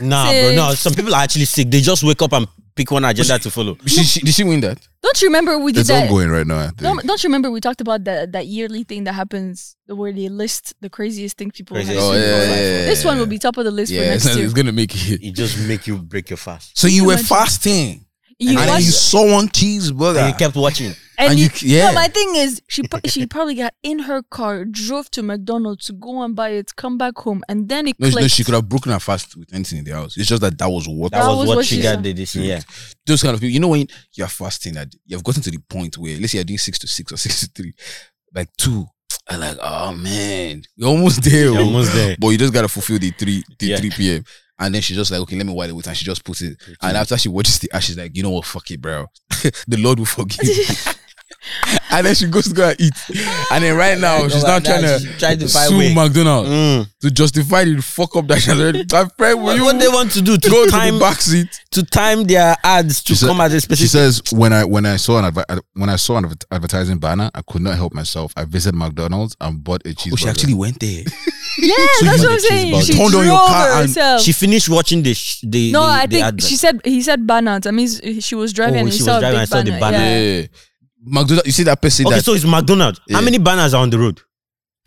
Nah, bro. Sick. No, some people are actually sick. They just wake up and pick one agenda to follow. She, she, did she win that? don't you remember we did It's that? ongoing right now. I think. Don't, don't you remember we talked about that that yearly thing that happens where they list the craziest thing people Craziest have Oh, seen yeah, in their yeah, life? yeah, This yeah. one will be top of the list for Yeah, it's, next not- year. it's gonna make it. It just make you break your fast. So you were Imagine. fasting, You and then watch- you saw one cheeseburger. And you kept watching. and you- yeah. No, my thing is, she pro- she probably got in her car, drove to McDonald's, go and buy it, come back home, and then it No, she- clicked. no, she could have broken her fast with anything in the house. It's just that that was what. That, was, what she saw. got did this year. Those kind of people. You know when you're fasting, that you've gotten to the point where let's say you're doing six to six or six to three, like two. I'm like, oh man, you're almost there. You're oh. almost there. But you just gotta fulfill the three, the Yeah. three p.m. And then she's just like, okay, let me while it, and she just puts it. And after she watches the, and she's like, you know what, fuck it, bro. the Lord will forgive. me. and then she goes to go and eat. And then right now she's No, now like trying that, to she tried to find sue way. McDonald's Mm. to justify the fuck up that she has already. My friend, will What, you what they want to do to go to time the back seat? to time their ads to She said- come at a She specific. says, "When I when I saw an adver- when I saw an adver- advertising banner, I could not help myself. I visited McDonald's and bought a cheeseburger. Oh, she actually went there. yeah, that's what I'm saying. cheeseburger. She Turned on your drove car and herself. she finished watching the sh- the Oh. no, the, I the think advert. she said he said banner. That means she was driving Oh, and he she saw was a driving big and saw the banner. banner. Yeah. yeah. McDonald's, you see that person Okay, that. so it's McDonald's. How Yeah. many banners are on the road?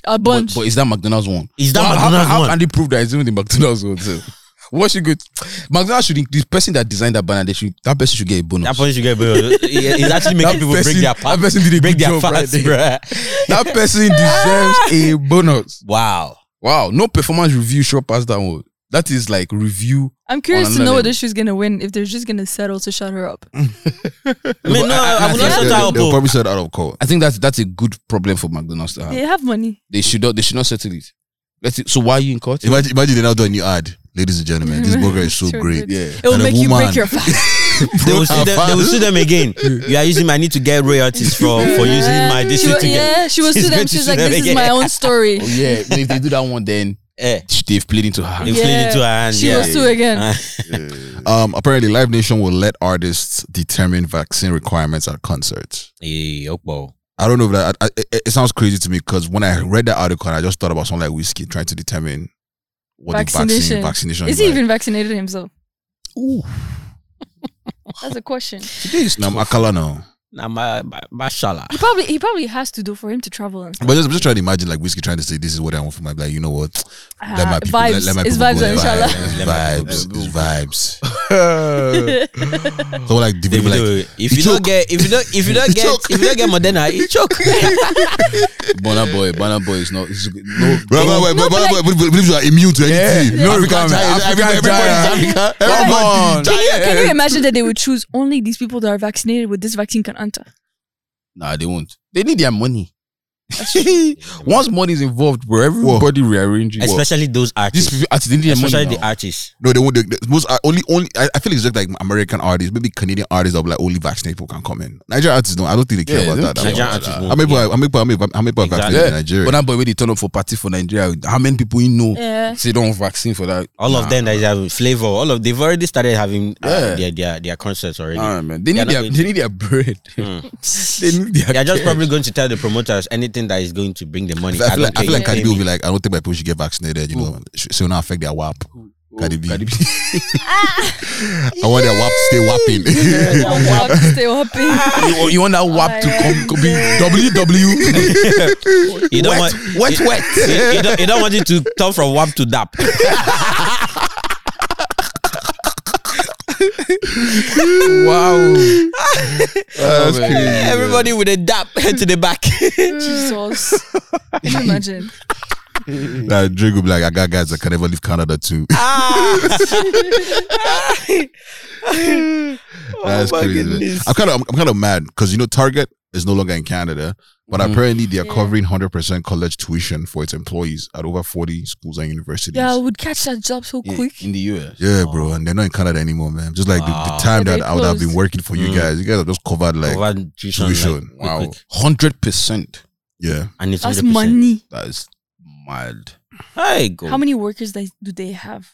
A but, bunch. but is that McDonald's one? Is that Well, how- McDonald's how, one? And they prove that it's even the McDonald's one too. What she good? McDonald's should the person that designed that banner, they should that person should get a bonus. That point you get, bro. It- It's actually That making people break person- their That fast. person did a Break good their job right fast, there. bruh. That person deserves a bonus. Wow. Wow, no performance review short past that one. That is like review. I'm curious to another know whether level. she's gonna win. If they're just gonna settle to shut her up. I mean, no, I, I would They- not they- shut out. they, will bro. probably said out of court. I think that's that's a good problem for McDonald's to have. They have money. They should not they should not settle it. Let's see- so why are you in court? Imagine, imagine they now do a new ad, ladies and gentlemen. This burger is so So great. good. Yeah. It will And a make you woman. break your fast. They will sue them. They will sue them again. You are using. I need to get royalties for for using my this she, thing wa- to get. yeah, she was She's to them. going to She's sue like, them this is my again. own story. Oh, yeah. But if they do that one, then Eh, they've played into her hand. they Yeah. played into her hand. She yeah. was too again. Ah, Um, apparently, Live Nation will let artists determine vaccine requirements at concerts. eh, Okpo. I don't know if that I, I, it- it sounds crazy to me because when I read that article, I just thought about someone like Whiskey trying to determine what the vaccine Vaccination. vaccination Is is. he like. even vaccinated himself? That's a question. Now, I'm Akala now. Nah, ma- ma- mashallah. He probably he probably has to do for him to travel and stuff. But just, I'm just trying to imagine like whiskey trying to say this is what I want for my like you know what let my Ah, people let, vibes. let my it's people vibes, go. inshallah. It's vibes it's vibes so like They the will people like do it. If you choke. don't get, if you don't, if you don't get, choke. if you don't get Moderna, you choke. Bonner boy, Bonner boy is not. Is, no, Bro, bro, bro, bro, bro, bro, bro, bro, you are immune to anything. no African requirement. giant, African everybody- everybody's giant. African. Come on. Everybody's Can you, giant. can you imagine that they would choose only these people that are vaccinated with this vaccine can enter? nah, they won't. They need their money. Once money is involved, bro, everybody rearranging. Especially those these artists. people, at the end, money. Especially the now. artists. No, they won't. They, they- most uh, only only. I, I feel it's just like American artists, maybe Canadian artists. Are like only vaccinated people can come in. Nigerian artists don't. I don't think they care Yeah, they about don't care. that. that Nigerian much. artists How won't, many people? yeah. are- How many people? How many how many people are vaccinated yeah. in Nigeria? Bonner boy, when they turn up for party for Nigeria, how many people you know Yeah. say don't vaccine for that? All of Nah. them that is having flavor. All of they've already started having uh, Yeah. their, their their concerts already. All right, man. They need They're their not Hmm. they need their bread. they need their. They're just cash. probably going to tell the promoters anything that is going to bring the money. I feel don't like I care feel like if you Cardi B pay will me. be like, I don't think my people should get vaccinated. You know, so it will not affect their WAP. Cardi B. I want that WAP stay You wapping. want WAP to stay WAP. You, you want that WAP to come, come be E? WW? You don't want wet, you, wet. you- you don't, you don't want it to turn from WAP to DAP. Wow. That's crazy. Everybody with a DAP head to the back. Jesus. Can you imagine? Nah, Drake will be like, I got guys that can never leave Canada too. Ah. That's Oh my crazy. man. goodness. I'm kind of I'm, kind of mad because you know Target is no longer in Canada, but Mm-hmm. apparently they are Yeah. covering 100 percent college tuition for its employees at over 40 schools and universities. Yeah, I would catch that job so quick. in the US. Yeah, bro, and they're not in Canada anymore, man. Just like the, Wow. the time Yeah, that they I would have been closed. working for you Mm. guys, you guys have just covered like Over tuition, like, tuition. quick, Wow. quick. 100%. yeah, And it's That's 100%. money. That is mild. Hey, go. How many workers they- do they have?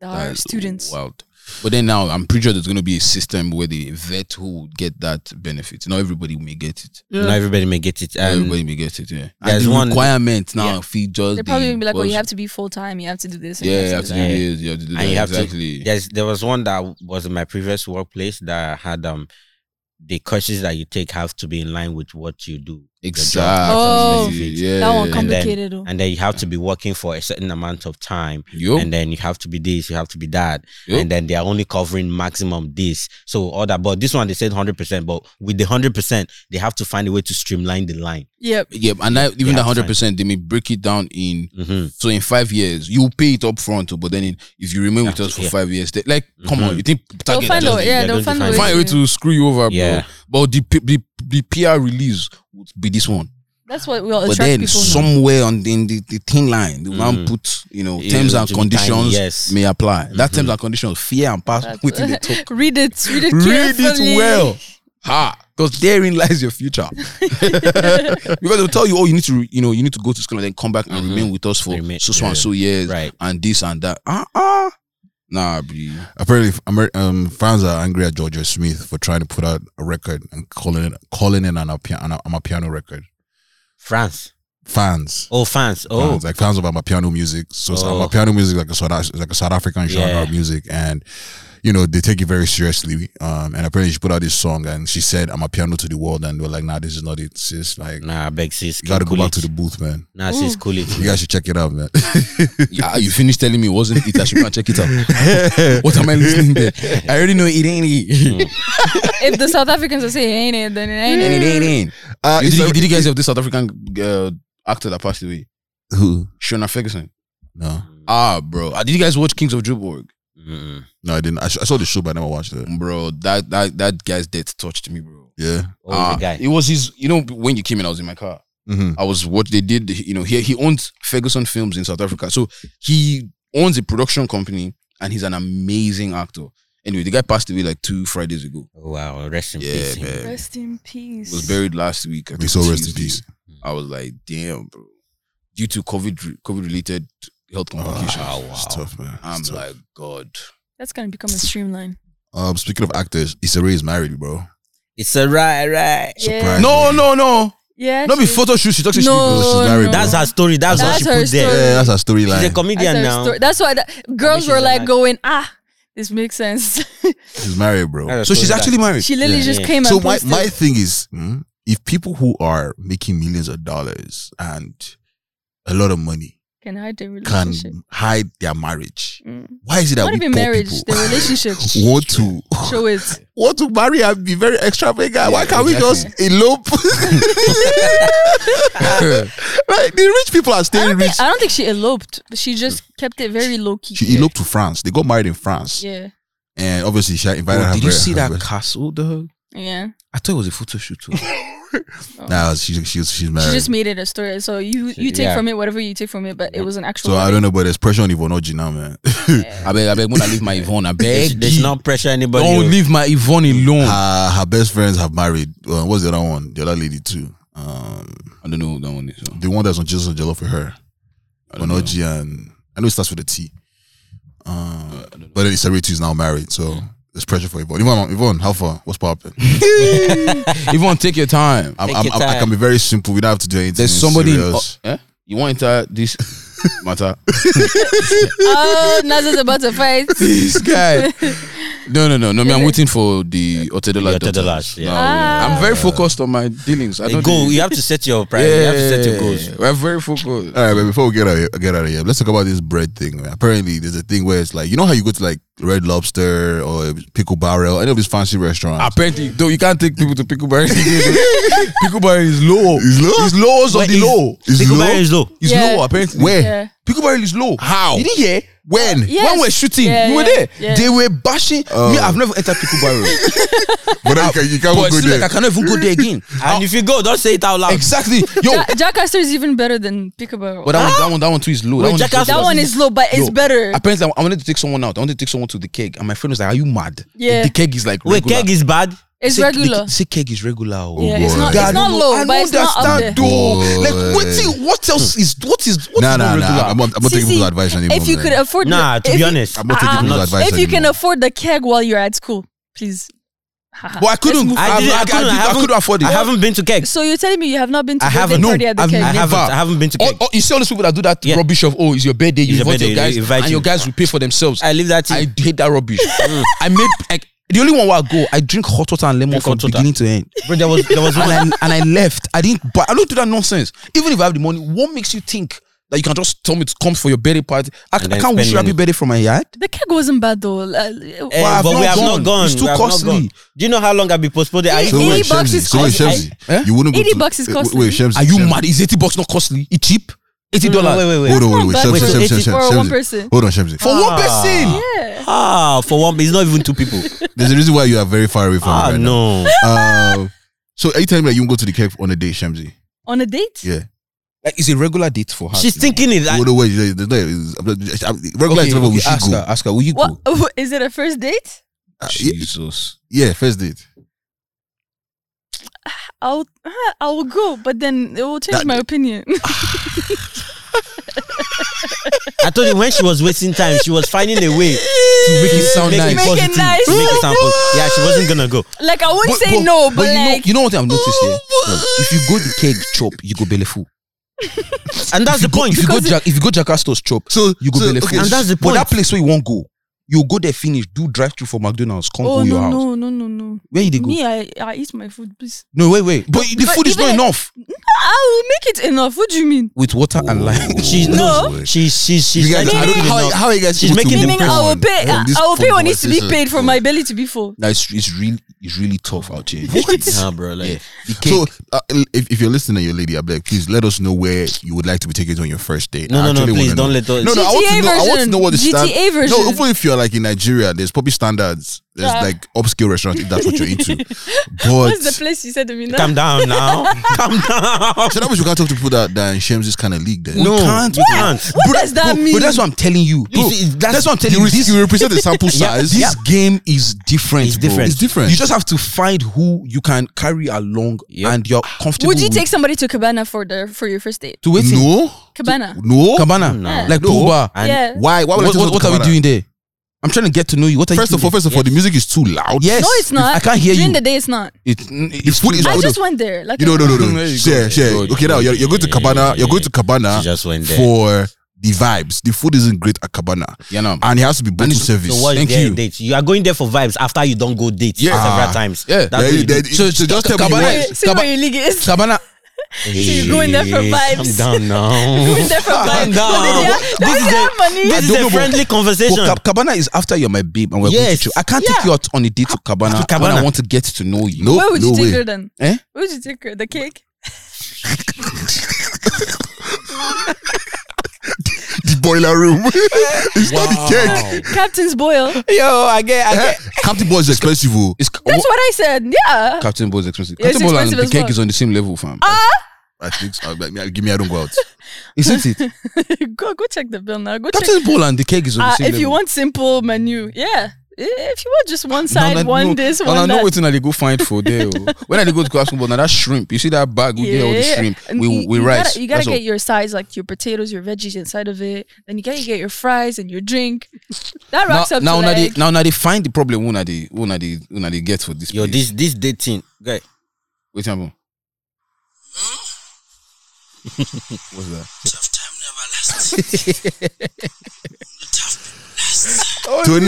That That are is students. Wild. But then now, I'm pretty sure there's going to be a system where the vet who would get that benefit. Not everybody may get it. Not everybody may get it. Not And everybody may get it. Yeah. Um, there's And the one- requirement now Yeah. if you just They're probably the- gonna be like, "Oh, you was- have to be full time. You have to do this. and Yeah, you have to do do that." Yeah. this. You have to do that. And you have to- exactly. There's there was one that was in my previous workplace that had um the courses that you take have to be in line with what you do. your job. Exactly. Oh. yeah. That one And then- complicated. oh. And then you have to be working for a certain amount of time. Oh. Yup. And then you have to be this, you have to be that. Yup. And then they are only covering maximum this. So all that. But this one they said 100%. But with the 100%, they have to find a way to streamline the line. Yep. yeah, and I, even have the to find- hundred percent, they may break it down in. Mm-hmm. So in five years, you pay it up front, oh, but then in, if you remain with Yeah, us for yeah. five years, they, like, come on, Mhm. you think They'll target find just- a doesn't- yeah. that They'll doesn't find a find way. find a way to screw you over, bro. Yeah. But the, P- the the PR release would be this one, That's what will but attract then people. now. somewhere on the, in the, the thin line, the man Mhm. put you know Yeah, terms to and be conditions tiny, yes. may apply. That terms and conditions, fear and pass That's- within the top. read it. Read it. Read carefully. it well. Ha. Because therein lies your future. because they'll tell you, oh, you need to, re- you know, you need to go to school and then come back and Mm-hmm. remain with us for Remain- so so and yeah. so years, Right. And this and that. Ah ah. Nah, be apparently, Amer- um, fans are angry at Georgia Smith for trying to put out a record and calling it calling it an, Amapia- an Amapiano record. France. Fans, Oh, France. Oh. fans, like fans of Amapiano music. So it's Oh. Amapiano music is like a South Af- like a South African genre Yeah. of music, and you know they take it very seriously. Um, and apparently she put out this song, and she said Amapiano to the world, and they were like, Nah, this is not it. Sis, like Nah, beg sis. you gotta Mm. cool go back to it. the booth, man. Nah, sis, cool it. You guys should check it out, man. yeah, you finished telling me it wasn't it. I should go and check it out. what am I listening to? I already know it ain't it. If the South Africans are saying ain't it, then it ain't and it. it ain't it. Uh, You- it's Did, you- a- did you guys have this South African uh, actor that passed away? who? Shona Ferguson. No, Ah, bro. Ah, Did you guys watch Kings of Joburg? Mm-mm. no, I didn't. I, sh- I saw the show, but I never watched it. Bro, that that that guy's death touched me, bro. Yeah. Oh, he's Ah, a guy. It was his. You know, when you came in, I was in my car. Mm-hmm. I was what they did. You know, he he owns Ferguson Films in South Africa, so he owns a production company, and he's an amazing actor. Anyway, the guy passed away like two Fridays ago. Oh, wow. Rest in Yeah, peace. him. man. Rest in peace. Was buried last week. I We think saw rest in Tuesday. peace. I was like, damn, bro. Due to COVID, COVID related health complications, Ah, It's Oh, tough, man. It's I'm tough. like, God. That's gonna become a streamline. um, speaking of actors, Issa Rae is married, bro. It's a right, right. Surprise. Yeah. No, no, no. Yeah. Not be she- photo shoot. She talks to No, because she's married. no. That's her story. That's, That's her what she put story. there. Yeah, that's our She's a storyline. That's comedian her now. story. That's why that, girls she's were a like man. going, ah, this makes sense. She's married, bro. That's So her she's storyline. actually married. she literally Yeah. just Yeah. came So and my, posted. my thing is, hmm, if people who are making millions of dollars and a lot of money can hide the can relationship. hide their marriage, Mm. why is it that Not we even poor marriage, people the relationship. want to Show it. want to marry and be very extravagant? why can't exactly. we just elope? like the rich people are I staying don't, rich. think, I don't think she eloped. She just kept it very low key. She eloped to France. They got married in France, Yeah. and obviously she had invited Oh, her. did you bro- see her that bro- castle, dog? Yeah. I thought it was a photo shoot. too. Nah, she, she, she's married. She just made it a story. So you you take yeah. from it whatever you take from it, but it was an actual. So I wedding. don't know, but there's pressure on Ivonoji now, man. I beg, I beg, when I leave my Yvonne, I There's, beg. there's you. no pressure anybody. Don't oh. leave my Yvonne alone. her, her best friends have married. Uh, what's the other one? The other lady too. Um, I don't know who that one is. uh, so. the one that's on Jesus and Jello for her. I don't know. Uh, Ivonoji and I know it starts with a T. Um, but then Isare too is now married, so there's pressure for Yvonne. Yvonne, Yvonne how far? What's popping? Yvonne, take your time. I'm, Take I'm, your I'm, I time. can be very simple. We don't have to do anything. There's somebody. In, serious. oh, eh? You want to enter this? matter. oh, Naza's about to fight. this guy. No, no, no, no. Me, I'm waiting for the Otedela. The Otedolas, yeah. No, Ah. I'm very focused on my dealings. I A don't goal. need- You have to set your priority. You have to set your goals. Yeah, We're very focused. All right, but before we get out of here, get out of here, let's talk about this bread thing. man. Apparently, there's a thing where it's like you know how you go to like Red Lobster or Pickle Barrel, any of these fancy restaurants. Apparently, though, you can't take people to pickle barrel. pickle barrel is low. It's low? It's lowest Where of the is- low. It's Pickle low? barrel is low. It's Yeah. low. Apparently, Where? Yeah. pickle barrel is low. How? You didn't hear? When? Yes. When we're shooting, Yeah, you were yeah, there. yeah. They were bashing. Oh. Me, I've never entered pickle barrel. But then you can- you can't but go it's there. like I cannot even go there again. And if you go, don't say it out loud. Oh. exactly. Yo, Ja- Jackaster is even better than Peekaboo. But that one, that one, that one too is low. Ah. that one Wait, Jackass is low. that one is low, but it's Yo, better. Apparently, I- I wanted to take someone out. I wanted to take someone to the keg, and my friend was like, "Are you mad? Yeah. The keg is like Wait, regular. keg is bad. It's Say- regular. The, say keg is regular. oh. Yeah, it's not. God, It's not no, low, I but don't it's not up there. understand, though. Like, what? Boy. thing- What else is? What is? What Nah, is nah, not regular? nah. I'm not, I'm not See, taking see, people's advice anymore. If you could man. afford, Nah, to if be you- honest. I'm not taking Ah, people's not- advice if you can anymore. afford the keg while you're at school, please. Haha. But I Let's couldn't. move I, I, on. didn't, I, I, I, couldn't, I, I, haven't, couldn't afford it. I haven't been to keg. So you're telling me you have not been to I birthday haven't. No, party at the I've keg? I haven't. I haven't been to All, keg. all, oh, you see all these people that do that Yeah. rubbish of oh, it's your birthday. You It's your invite your birthday, guys, they invite and you. your guys will pay for themselves. I leave that. I in. hate that rubbish. I made like the only one where I go. I drink hot water and lemon Drink from hot water. beginning to end. Bro, there was there was one. and I and I left. I didn't. But I don't do that nonsense. Even if I have the money, what makes you think that you can just tell me to come for your birthday party? I, And I then can't wish spend you happy money. birthday from my yard. The keg wasn't bad though. Uh, Like, Eh, Well, I've but we not have gone. not gone. It's too We have not costly. gone. Do you know how long I've been postponed? I So Eighty wait, bucks Shemzi. is So wait, costly. Shemzi. I- eh? You wouldn't go Eighty to- bucks is wait, costly. Wait, Shemzi. Are you Shemzi. mad? Is eighty bucks not costly? It's cheap. Eighty No, no, dollars. Wait, wait, wait. Hold on, wait, wait. That's Shemzi, not Shemzi, bad Shemzi, for Shemzi. one person. Hold on, Shemzi. For one person. yeah. Ah, for one, it's not even two people. There's a reason why you are very far away from me Ah, right now. no. Uh, so are you telling me that you won't go to the keg on a date, Shemzi? On a date? Yeah. Like it's a regular date for her. She's thinking it. I, Well, no, wait, there's no- there's- I'm not- I'm- Okay, Regular is whatever okay, we should ask go. her. Ask her. Will you What go? Ah, is it a first date? Uh, yeah, Jesus. Yeah, first date. I'll I will go, but then it will change That- my opinion. I told you when she was wasting time, she was finding a way to make it sound nice. Make it positive, nice. make it sound positive. Yeah, she wasn't gonna go. like I won't But- say but- no, but, you know, like you know what I've noticed here. If you go the keg chop, you go belly full. And that's the point. If you go, Because it- Jack, if you go Jakarta's chop, So you go so, belly full. okay, And that's the But that point. place where you won't go, you go there, finish, do drive through for McDonald's, come oh go your no, house. no no no no. Where you dey go? Me I I eat my food, please. No, wait, wait. But the but food is not even- enough I will make it enough. What do you mean? with water and lime. She's no. No. She's she's she's you guys, setting I don't, it how, up. how are you guys? She's able to making the move Meaning I on will pay. from I this I will pay what needs to be conversation? paid uh, for my belly to be full. No, it's, it's really it's really tough out here. Nah, bro. Like, Yeah. The cake. So, uh, if, if you're listening, your lady, I beg, please let us know where you would like to be taken to on your first date. No, I no, no, actually wanna please know. don't let us. No, no, I want to GTA know. I want to know what the version. stand- GTA version. No, even if you're like in Nigeria, there's probably standards. There's Yeah. like upscale restaurants if that's what you're into. What's the But place you said to me? now? Calm down now. Calm down. so that means you can't talk to people that that in Shams this kind of league. Then No, can't. you can't. What does that mean? But that's what I'm telling you. Bro, see, it's- that's, what I'm telling you, you. re- This, you represent the sample yeah, size. this game is different. It's bro. different. It's different. You just have to find who you can carry along Yep. and you're comfortable. Would you with. take somebody to Cabana for their for your first date? to wait? in no, Cabana. no. Cabana, No. like Oh, No. Uber. And yeah. Why? Why would What, I just what, want what to are we come out? doing there? I'm trying to get to know you. What are First you of all, doing first of all, the music is too loud. there? yes, No, it's not. I can't hear During you. the day, it's not. It- mm, it's The food is I good. just went there. Like You know, no, no, There no. you Share, go. share. Good, Okay, now you're, you're going to Yeah, Cabana. yeah, You're going to yeah. Cabana She just went there. for the vibes. The food isn't great at Cabana, Yeah, no. and it has to be bottle it's- service. So what Thank is there you. dates? You are going there for vibes after you don't go dates Yeah. several Ah. times. Yeah. That's what There- you do. there- so, so just tell me Cabana- where. See where Cabana- your league is. Cabana, She's going there for vibes. Calm down now. Going there for Calm vibes. down. Don't they have- don't This they is have money? a, this don't is know, a but- friendly conversation. Well, oh, Cab- Cabana is after you're my babe and we're going Yes. to chill. I can't take Yeah. you out on a date to Cabana, To Cabana. when I want to get to know you. No, Where would no you take way. her then? Eh? Where would you take her? The cake? the boiler room. it's not the cake. Captain's boil. That's Yo, I get, I Eh, Captain Boy is expensive. oh. It's what I said. Yeah. Captain Bowl is expensive. Yeah, it's Captain Bowl and expensive the as cake well. is on the same level, fam. Ah. I think. So. Like, me- Give me. I don't go out. Isn't it? go go check the bill now. Go check. Captain Bowl and the cake is on the Uh, same if level. you want simple menu, yeah. I- If you want just one side, Now, now, one no, this, now, one now, that. no waiting. I go find for there. oh. when I go to Captain Bowl, now that shrimp. You see that bag? We get all the shrimp. And We you, we you rice. Gotta, you gotta That's all. get your sides, like your potatoes, your veggies inside of it. Then you gotta get your fries and your drink. now That rocks up now, to now, they, like, now now they find the problem. When are they? When are they? When are they get for this? Yo, place. this this dating guy. Wait a minute. What's that? Of time never Oh, Tone,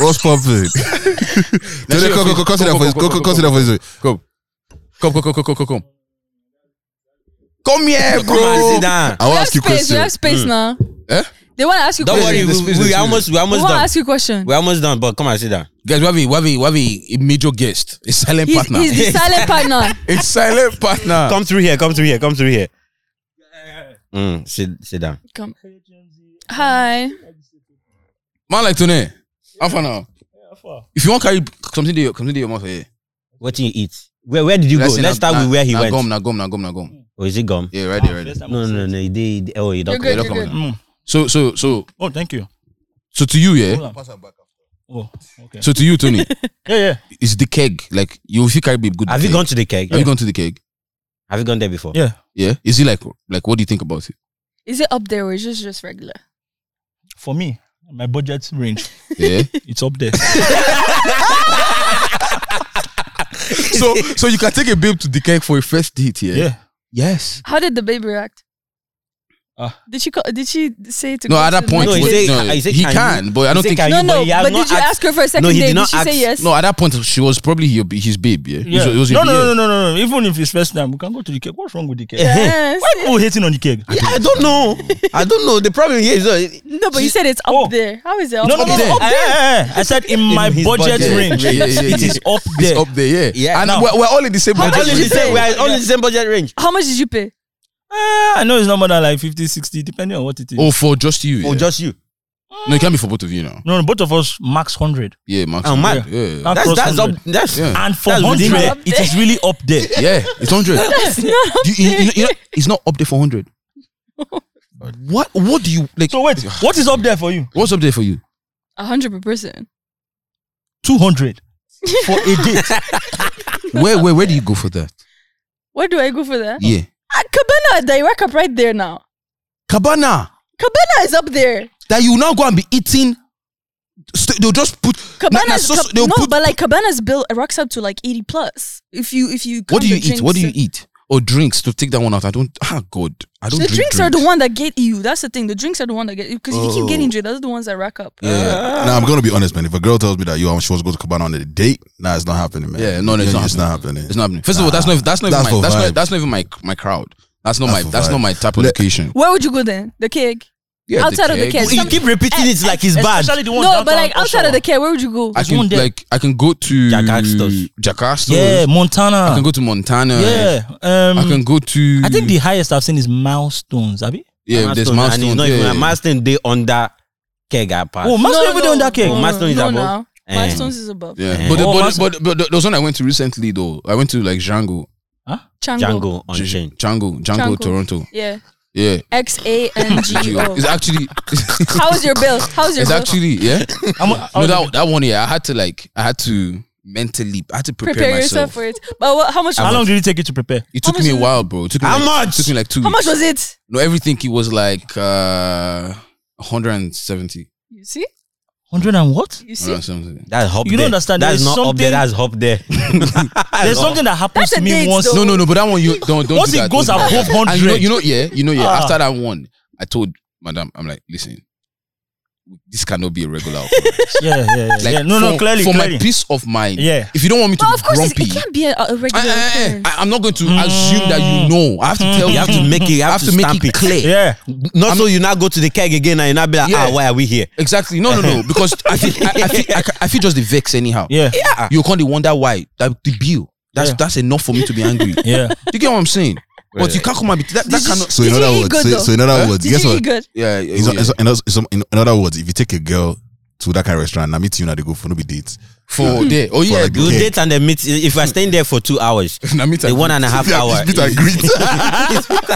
what's poppin'? Tone, your face. come, come, come, come sit down Come, for his, come, come, come, come, come sit down for his. Come. Come, come, come, come, come, come, come. Come here, Come on, bro. sit I down. We want to have ask you space. a We question. have space now. Eh? They want to ask you Don't question. Mm. worry, this- we, this- we, this- almost we They almost want to done. ask you a question. We're almost done, but come on, sit down. Guys, we have a, we have a, we have a, a major guest, a silent He's, partner. he's the silent partner. a silent partner. Come through here, come through here, come through here. Mm, sit sit down. Come. Hi. Man like Tony. How far now? If you want carry something to your something to your mouth, eh? What do you eat? Where where did you go? say Let's na- start na- with where he na went. Ah, Gum, na gum, na gum, na gum. Oh, is it gum? Yeah, right there, right there. No, no, no. He did, he did- oh, you You're don't. good. don't You're come good. Mm. So, so, so, Oh, thank you. so to you, yeah. Hold on. Oh, okay. So to you, Tony, Yeah, yeah, it's the keg. Like you, if you carry babe, good. Have keg. you gone to the keg? Have you gone to the keg? Have you gone there before? yeah. Yeah. Is it like like what do you think about it? Is it up there or is it just regular? For me, my budget range, Yeah. it's up there. so so you can take a babe to the keg for a first date, yeah. yeah. Yes. How did the baby react? Ah. did she call, did she say to No, go at to that the point, No, next he what- said- no, he said, he can can, but I He don't said, think. can No, you- no. he has But not did you ask her for a second No, he date? did Did, not she ask- say yes? No, at that point she was probably your, his babe, yeah. It yeah. was, it was a no, no, BL. no, no, no, no. Even if it's first time, we can go to the keg. What's wrong with the keg? Yes. Why people hating on the keg? Yeah, I don't know. I don't know. The problem here is uh, No, but you said it's up Oh. there. How is it up No, no, no. there? no, Up there. I said in my his budget, budget. range, Yeah, yeah, yeah, it yeah. is up It's there. up there, yeah. Yeah. and Now- we're, we're all in the same How we're much all budget. in did the you same. pay? We are all in the same budget range. How much did you pay? Ah, I know it's not more than like 50, 60, depending on what it is. Oh, for just you. Oh, yeah. just you. no, it can't be for both of you now. No, no, both of us max 100. Yeah, Max. Oh, yeah, man. yeah, Max That's cross that's up. 100. That's Yeah. And for That's 100, within there. it is really up there. yeah. It's hundred. You- you- you know- you know, it's not up there for hundred. what? What do you like? So wait, what is up there for you? what's up there for you? A hundred per person. 200 for a date. Where? Where? Where do you go for that? Where do I go for that? Yeah, Ah, Cabana, they rack up right there now. cabana Cabana is up there. that you now go and be eating. st- they'll just put. na- na- Cabana's so- so Cab- they'll no, put- but like Cabana's bill rocks up to like eighty plus. If you if you what do count you the eat? What do you drinks. eat? Or drinks to take that one out. I don't. Ah, God, I don't. The drink drinks are the one that get you. That's the thing. The drinks are the one that get you because if you keep Oh. getting drunk, those are the ones that rack up. Yeah. Now I'm gonna be honest, man. If a girl tells me that yo, I'm supposed to go to Cabana on a date, nah, it's not happening, man. Yeah, no, no, it's not It's not happening. It's not happening. First of all, that's not. That's not. That's even my, for that's not. vibe. That's not even my my crowd. That's not That's my. for That's not vibe. my type of Le- location. Where would you go then? The keg. Yeah, outside of the keg. keg. You keep repeating Eh, it like it's bad. Especially the one No, but like downtown outside of Oshawa. the keg, where would you go? I can one there. like I can go to Jakarta. Jakarta. Yeah, Montana. I can go to Montana. yeah. Um, I can go to. I think the highest I've seen is milestones. Have you? yeah. There's And it's milestone. not even Yeah. a milestone day under keg apart. Oh, milestone even on that cake. no. Milestone is no, above. No. Eh. Milestones is above. yeah. Eh. But, the, Oh, but, Mas- but but those one I went to recently though. I went to like Django, Chango. Django on J- chain. Django, Django, Chango. Toronto. Yeah. Yeah. X A N G O. It's actually. How's your bill? How's your it's bill? actually yeah. I'm, No, Oh, that that one yeah. I had to like I had to mentally I had to prepare, Prepare yourself myself. for it. But what, how much? how long did it take you to prepare? It How took much me a was it? while, bro. It took me How like, much? Took me like two. How much weeks. was it? No, everything. It was like uh, 170. You see? 100 and what? You Uh, see? 170. That's hop You don't there. understand. That's There's not up there. something- That's hop there. There's something that happens That's to a me date, once. though. No, no, no. But that one, you don't don't. Once do it that, goes don't do that. above 100. And you know, you know, yeah, you know, yeah. Ah. After that one, I told madam, I'm like, listen, this cannot be a regular. occurrence." yeah, yeah, yeah. Like, yeah. No, for- no, clearly, for clearly. my peace of mind. Yeah. If you don't want me to But be of course, it's- grumpy, Uh, it can't be a, a I, regular I, occurrence. I, am not going to assume that you know. I have to tell Mm. You have to make it. You I have to make stamp it it. clear. yeah. Not so you now go to the keg again and you now be like, Yeah. ah, why are we here? Exactly. No, no, no. Because I feel, I, I feel, I, ca- I feel just the vex anyhow. Yeah. You can't wonder why that the bill. That's Yeah. that's enough for me to be angry. Yeah. You get what I'm saying? But you can't come and be that, that you- cannot. So in Did you other eat words, good, so, though? so in other words, Did guess you eat what? good? Yeah, yeah, It's, yeah. it's, in, other- some- in- in other words, if you take a girl to that kind of restaurant, now meet you now they go for no be dates. for there. Oh yeah, like bro. You Keg. date and then meet. If I staying there for two hours, Now meet the and one greet. and a half Yeah, hour. it's meet and greet.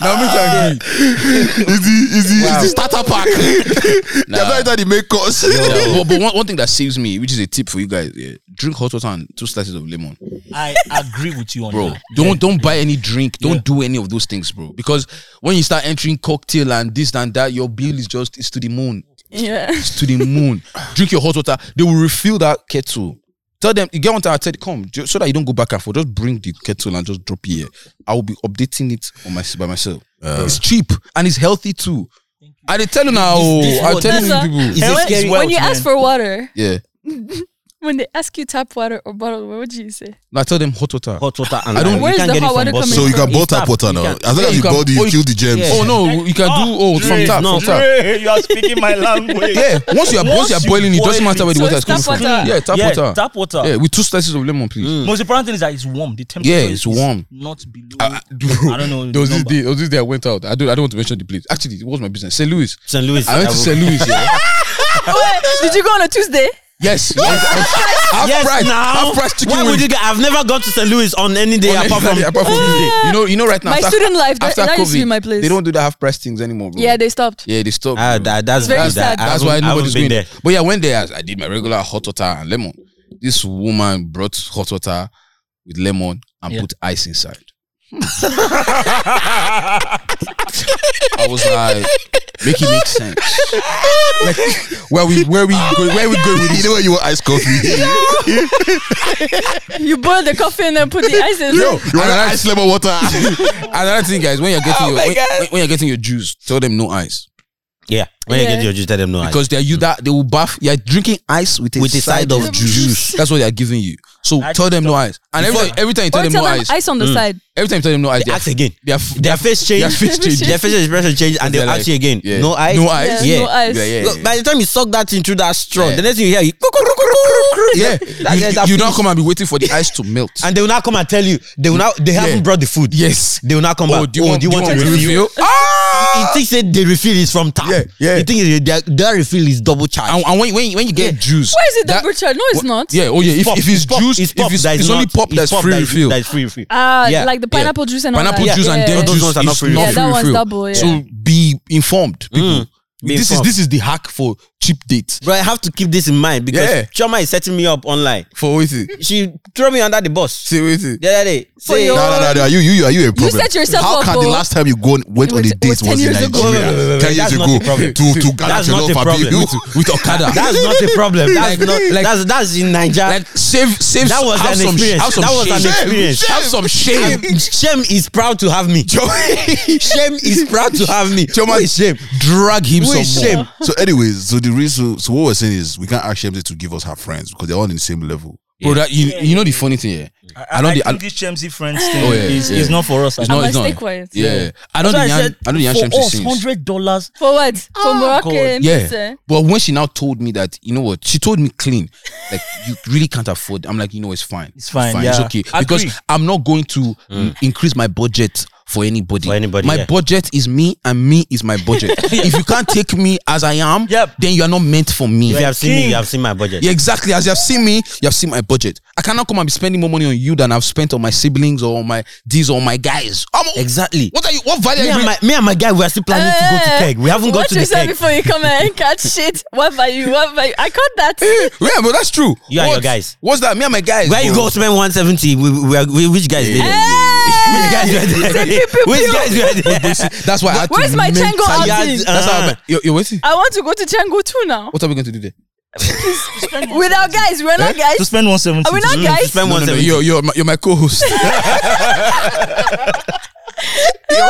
Now meet and greet. Is the is the, is the starter pack? Nah. That's not the main course. Yeah, but, but one, one thing that saves me, which is a tip for you guys, yeah, drink hot water and two slices of lemon, I agree with you on bro. that. Don't don't buy any drink. Don't do any of those things, bro. Because when you start entering cocktail and this and that, your bill is just it's to the moon. Yeah. It's to the moon. drink your hot water. They will refill that kettle. Tell them, you get onto our TED, come, ju- so that you don't go back and forth. Just bring the kettle and just drop it here. I will be updating it on my by myself. Uh. it's cheap and it's healthy too. And they tell you now, oh, this I'm what- telling you That's people. Is it Health scary? is wealth, when you ask man. for water, Yeah. when they ask you tap water or bottled, what would you say? No, I tell them hot water. hot water and I don't- and Where you is the can get it hot from water Boston. coming So you can It's boil tap, tap water you now. can- As Yeah, long as you you can- boil, it, oh, you you- kill the germs. Yeah. Oh no, you can do oh from tap, no, from tap. Dre, you are speaking my language. Yeah, once you are once you Once are you boiling, it doesn't boil matter where it, the so water is it's coming from. tap water. Yeah, tap yeah, water. Tap water. Mm. Yeah, with two slices of lemon, please. Most important thing is that it's warm. The temperature Yeah, it's is warm. Not below. I, I don't know. There was the this number. day, there was this day I went out. I don't, I don't want to mention the place. Actually, it was my business. St. Louis. St. Louis. I went to St. Louis. Yeah. Wait, did you go on a Tuesday? yes, yes. Half Yes, price. now. Half price chicken Why would wings. you get? I've never gone to St. Louis on any day On any apart day from Oh. apart from Tuesday. you know, you know, right now Ah. My after- student life, that- after that used to COVID, be my place. They don't do the half price things anymore, bro. Yeah, they stopped. yeah, they stopped. Ah, bro. that, that's Very that's, sad. I That's why haven't- I haven't nobody's been going there. there. But yeah, when there, I I did my regular hot water and lemon. This woman brought hot water with lemon and Yeah. put ice inside. I was like, make it make sense. Like, where we where we go, where we go with You this? know when you want ice coffee? You boil the coffee and then put the ice in. Yo, You want an ice lemon water? Another thing, guys, when you're Oh getting your when, when- when you're getting your juice, tell them no ice Yeah, when you Yeah. get your juice, tell them no. I- because they're you that they will bath. You're drinking ice with a With a side of juice. That's what they're giving you. So I tell them no ice. And every time, every time you tell Or them tell no them ice, Mm. ice on the side. every time you tell them no ice, they're ask again. they're f- Their face change. Their face change. Their facial expression change, and they're they'll ask like, you again. yeah. No ice. No ice. Yeah, no ice. Yeah, yeah, Look, By the time you suck that into that straw, Yeah. the next thing you hear, you, yeah. That You, guy's you, a you now fish. come and be waiting for the ice to melt. and they will not come and tell you. They will not. They haven't brought the food. yes. They will not come Oh, back. do you want, do you want, to to refill? refill? Ah! He thinks that the refill is from tap. Yeah, yeah. He thinks that their, their refill is double charged. And, and when, when, when you get juice, Where is it that- double charge? No, it's wha- not. Yeah, oh yeah. If, Pop, if it's, juice, it's pop if it's, that is it's only not- pop it's that's free that is- refill. That is free refill. Ah, Yeah, like the yeah. pineapple juice and all Pineapple that. juice and Yeah. date Those juice ones are is not free Yeah, free that one's refill. double, yeah. So be informed, people. Be This informed. is this is the hack for cheap dates. Bro, I have to keep this in mind because Yeah. Choma is setting me up online. For waiting, She threw me under the bus see waiting. the other day. For Say- your- No, no, no, no. Are you, you, are you a problem? set yourself How up, can the oh. last time you go went on was- a it date was was, 10 in years ago. Nigeria? No, no, no, no, Ten that's years not ago, the problem. to to gather That's jollof not the and problem. be- with Okada. That's not a problem. That's Like- not. like- that's that's in Niger. Like save save. That was have an some, experience. Have some That was shame. an experience. Have some shame. Shem is proud to have me. Shem is proud to have me. Choma Who is Shem? Drag him Who some is more. shame? So, anyways, so the reason, so what we're saying is we can't ask Shamsi to give us her friends because they're all in the same level. Bro, that, you, you know the funny thing, yeah? I, I, know I the- think this Chemsi French thing Oh, yeah, is, yeah. is not for us. It's I not, must it's not. stay quiet. Yeah. I know the That's why I Yan- said I know the Yan for Shamsi us, sings. hundred dollars. For what? For Moroccan. Yeah. pizza? But when she now told me that, you know what, she told me clean, like you really can't afford. I'm like, you know, it's fine. It's fine, yeah. It's okay. Agree. Because I'm not going to mm, increase my budget for anybody. For anybody, My yeah. budget is me and me is my budget. If you can't take me as I am, Yep. then you are not meant for me. If you have seen me, King. you have seen my budget. Yeah, exactly. As you have seen me, you have seen my budget. I cannot come and be spending more money on you than I've spent on my siblings or on my these or my guys. I'm- Exactly. What are you? What value? Me are and, you my, me and my guy, we are still planning to go to Eh, keg. We haven't got watch to the yourself keg. before you come and catch shit. What by you? What by you? I caught that. yeah, but that's true. You and What- your guys. What's that? Me and my guys. Where you bro. go spend one seventy? We, we, are- we, which guys? did it? Which Hey! guys were there? Which guys were there? That's why I had Where's to my mentally- Django outing? That's how I met. Yo, yo, waiting. I want to go to Django too now. What are we going to do there? Without guys, we're Eh? not guys. To spend one seventy. Are we not Mm, to guys? spend No, one no, no, seventy. you're, you're, my, you're my co-host. you're,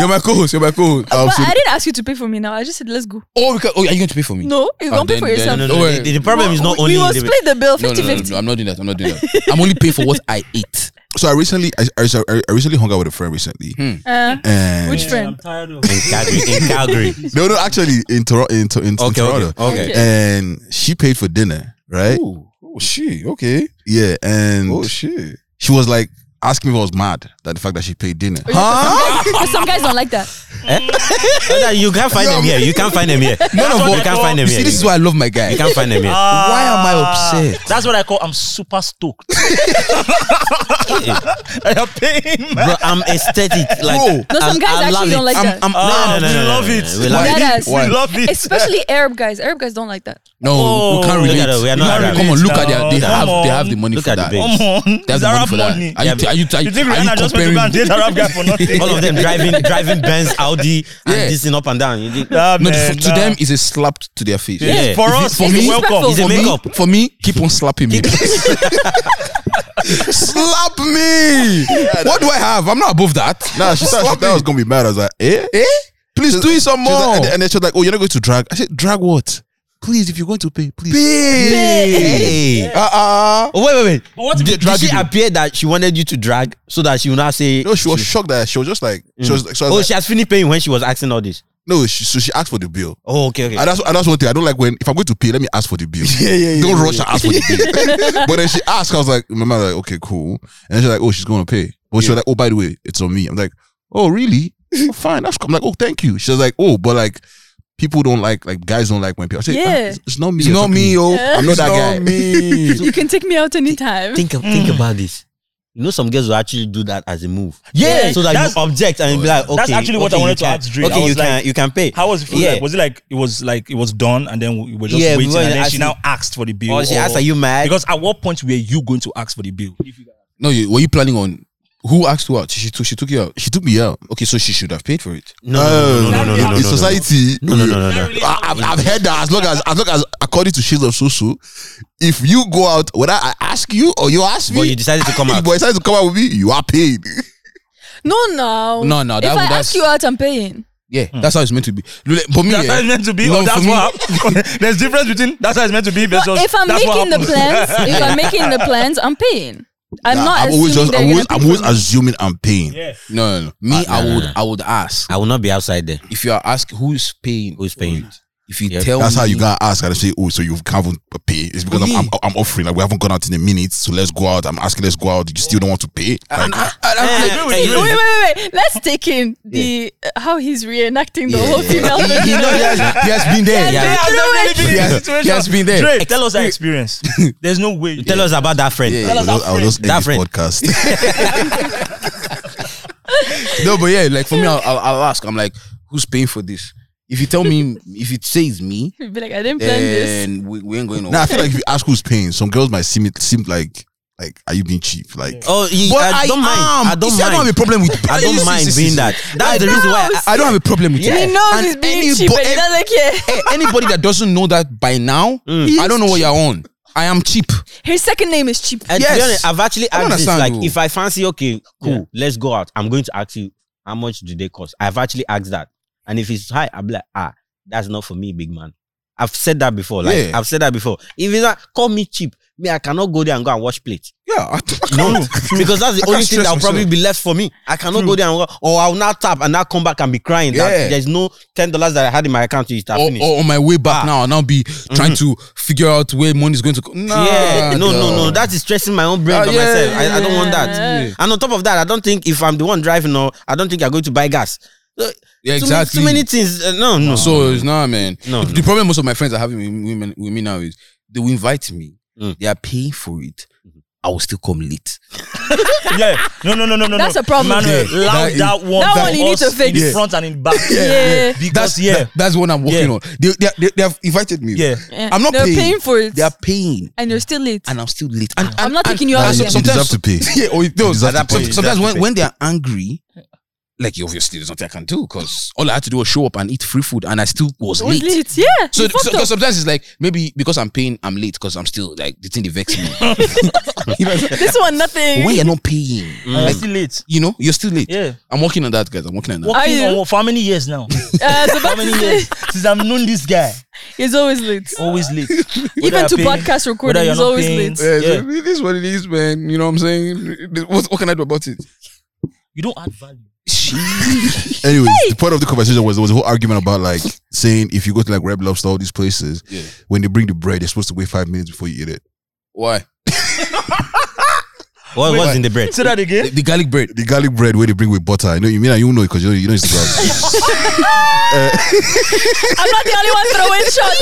you're my co-host. You're my co-host. Um, But so- I didn't ask you to pay for me now. I just said let's go. oh, because, oh, are you going to pay for me? No, you Ah, don't pay then- for then- yourself. No, no, Oh, no. wait. The, the problem is not we, only we will the- split the bill No, no, 50 no, no, 50. no, I'm not doing that. I'm not doing that. I'm only paying for what I ate. So I recently, I, I, I recently hung out with a friend recently, Uh, and which friend? tired of in Calgary. In Calgary. no, no, actually in, Tor- in, Tor- in, in Okay, Toronto, okay, okay. and she paid for dinner, right? Oh, oh shit. Okay. Oh, Yeah, and shit. she was like asking me if I was mad that the fact that she paid dinner. Huh? Some, guys, some guys don't like that. Eh? No, no, you can't find them here. You can't find them here. None of us- you can't find them You here. see, this is why I love my guy. you can't find them here. Why am Ah. I upset? That's what I call I'm super stoked. I am paying. Eh, Bro, I'm ecstatic. Like, No, some I- guys I love actually it. don't like that. I'm, I'm, Ah, no, no, we no, no, love no, it. no, we love it. Yes. We Why? love it. Especially Arab guys. Arab guys don't like that. no, Oh, we can't we relate. gotta- we are You not can't Arab. relate. Come on, look at their, they Come have, they on. have the money Look for at the that. babes. Come on. They have It's the money Arab for that. money. Are you, are you, are you, You think are you Rihanna just went comparing? to go and date Arab guy for nothing? All of them driving driving Benz out rowdy Yeah. and this and up and down. You did- Ah, No, man, for, to nah. them, it's a slap to their face. Yeah, Yeah. For If us, for it's me- welcome. It's a For me, makeup. for me, keep on slapping me. Slap me! What do I have? I'm not above that. Nah, she thought, she thought I was gonna be mad. I was like, eh? Eh? Please do it some She was more. like- and then she was like, oh, you're not going to drag. I said, drag what? Please, if you're going to pay, please. Hey. Uh-uh. Oh, wait, wait, wait. What if did, they did drag she you? appear that she wanted you to drag so that she will not say? No, she was shocked that she was just like, Mm. she was, she was oh, like, she has finished paying when she was asking all this. no, she, so she asked for the bill. Oh, okay, okay. And that's, and that's one thing I don't like when if I'm going to pay, let me ask for the bill. Yeah, yeah, yeah, Don't yeah, rush and ask for the bill. but then she asked, I was like, my mom was like, okay, cool. And she's like, oh, she's going to pay. But she was like, oh, by the way, it's on me. I'm like, oh, really? Oh, fine, that's cool. I'm like, oh, thank you. She was like, oh, but like people don't like like guys don't like when people. I said, ah, Yeah. it's, it's not me. oh. It's not me, yo. Yeah. I'm not It's that guy. me. You can take me out anytime. think Mm. think about this. You know, some girls will actually do that as a move. Yeah, so that that's- you object and be like, okay, That's actually what I okay, wanted you to can- ask Dre. I Okay, you was like- can you can pay. How was it? Yeah. Like, was it like it was like it was done, and then we were just Yeah, we waiting, were and then she asking- now asked for the bill? Or she asked, "Are Oh, you mad?" Oh, Because at what point were you going to ask for the bill? No, you, were you planning on who asked who out? She, took she took you out. She took me out. Okay, so she should have paid for it. no, no, no, no, no, no, no, no, In no. society, No, no, no, no, no. I, I've, I've heard that as long as as long as according to Shades of Susu, if you go out, whether I ask you or you ask me, But you decided to come if out. you decide to come out with me, you are paid. No, no, No, no, Oh, that if would- I that's- ask you uh, out, I'm paying. Yeah, Hmm. that's how it's meant to be. Look, For me, eh, That's yeah, how it's meant to be. no, or for that's me- what. hap- There's difference between that's how it's meant to be versus. But if I'm that's what making the happens. plans, if I'm making the plans, I'm paying. I'm not. I'm always just assuming they're I'm always, gonna I'm pay always for me. assuming I'm paying. Yeah. No, no, no. Me, Ah, I no, no, would, no. I would ask I will not be outside there. if you are asking who's paying. Who's for paying? it, If you Yep. tell, That's how you me- gotta ask and say, oh, so you can't even pay. It's because I'm, I'm, I'm offering. Like we haven't gone out in a minute, so let's go out. I'm asking, let's go out. You still don't want to pay? Like, And I- and Eh, I'm like, Wait, wait, wait, wait. Let's take in the uh, how he's reenacting the whole female. he, he, know he, has, he has been there. Yeah, I've Do never it. really been He in this has- situation. he has been there. Dre, tell us our experience. There's no way. Tell us about that friend. I was just- I was just end That this friend. podcast. no, but yeah, like for me, I'll, I'll, I'll ask. I'm like, who's paying for this? If you tell me, if it says me, He'd be like, I didn't plan this. then we, we ain't going. now I Nah, feel like if you ask who's paying, some girls might seem it seem like like are you being cheap? Like Oh, he, But I, I don't mind. am. I don't You see, I mind. don't have a problem with- I You don't see, mind see, see, being see. that. That's the reason why. I, I don't have a problem with Yeah. it. He knows And he's being any- eh, cheap, but and he any- doesn't care. Hey, anybody that doesn't know that by now, Mm. I don't know what you're on. I am cheap. His second name is cheap. and to be Yes. honest, I've actually I don't asked this. understand Like, you. if I fancy, okay, cool, let's go out. I'm going to ask you how much do they cost. I've actually asked that, and if it's high, I'm like, ah, that's not for me, big man. I've said that before. Like, Yeah. I've said that before. If it's not, call me cheap. Me, I cannot go there and go and wash plates. Yeah, I, t- I No, can't. because that's the I only can't thing that stress will probably myself. be left for me. I cannot go there and go, or I'll now tap and now come back and be crying. Yeah. That there's no ten dollars that I had in my account to eat. I Or, finished. or on my way Ah. back now, I'll now be trying to figure out where money is going to go. Nah, Mm-hmm. yeah, no, no, no. dog. That is stressing my own brain Ah, by yeah, myself. yeah, I, I don't want that. yeah. And on top of that, I don't think if I'm the one driving, or I don't think I'm going to buy gas. So, yeah, too many- exactly. Too, many things. uh, no, no. So it's not, man. No, the, no. the problem most of my friends are having with, women, with me now is they will invite me. Mm. Mm-hmm. They are paying for it. I will still come late. Yeah. No, no, no, no, no. That's no. a problem. Manuel, Yeah. loud That is- that one. That for one you need us to fix. In Yeah. front and in back. Yeah. Because That's yeah. that- that's what I'm working Yeah. on. They, they, they, they have invited me. yeah. Yeah. I'm not They're paying. paying for it, They are paying, and you're still late. and I'm still late. And, and I'm not taking you Nah, out. you, so- you again. sometimes- deserve to pay. yeah, or it does. Exactly. At that point, Exactly. sometimes when, when they are angry, like obviously there's nothing I can do because all I had to do was show up and eat free food, and I still was, Was late. late. Yeah. So, you fucked so, up. so sometimes it's like maybe because I'm paying, I'm late because I'm still like the thing they vex me. you know, this one, nothing. Uh, when you're not paying, Mm. I'm like, still late. you know, you're still late. Yeah. I'm working on that, guys. I'm working on that. Working you? on what- for how many years now? Uh, so How that's many to years? Oh, say, Since I've known this guy, he's always late. always late. Even to podcast recording, he's always late. Yeah. so It is what it is, man. You know what I'm saying? What, what can I do about it? You don't add value. Anyways, the point of the conversation was there was a whole argument about like saying if you go to like Red Lobster, all these places, Yeah. when they bring the bread, they're supposed to wait five minutes before you eat it. Why? what was in the bread? Say that again. The, the garlic bread. The garlic bread where they bring with butter, I know you mean I you know because you know, you know it's gross. I'm not the only one throwing shots.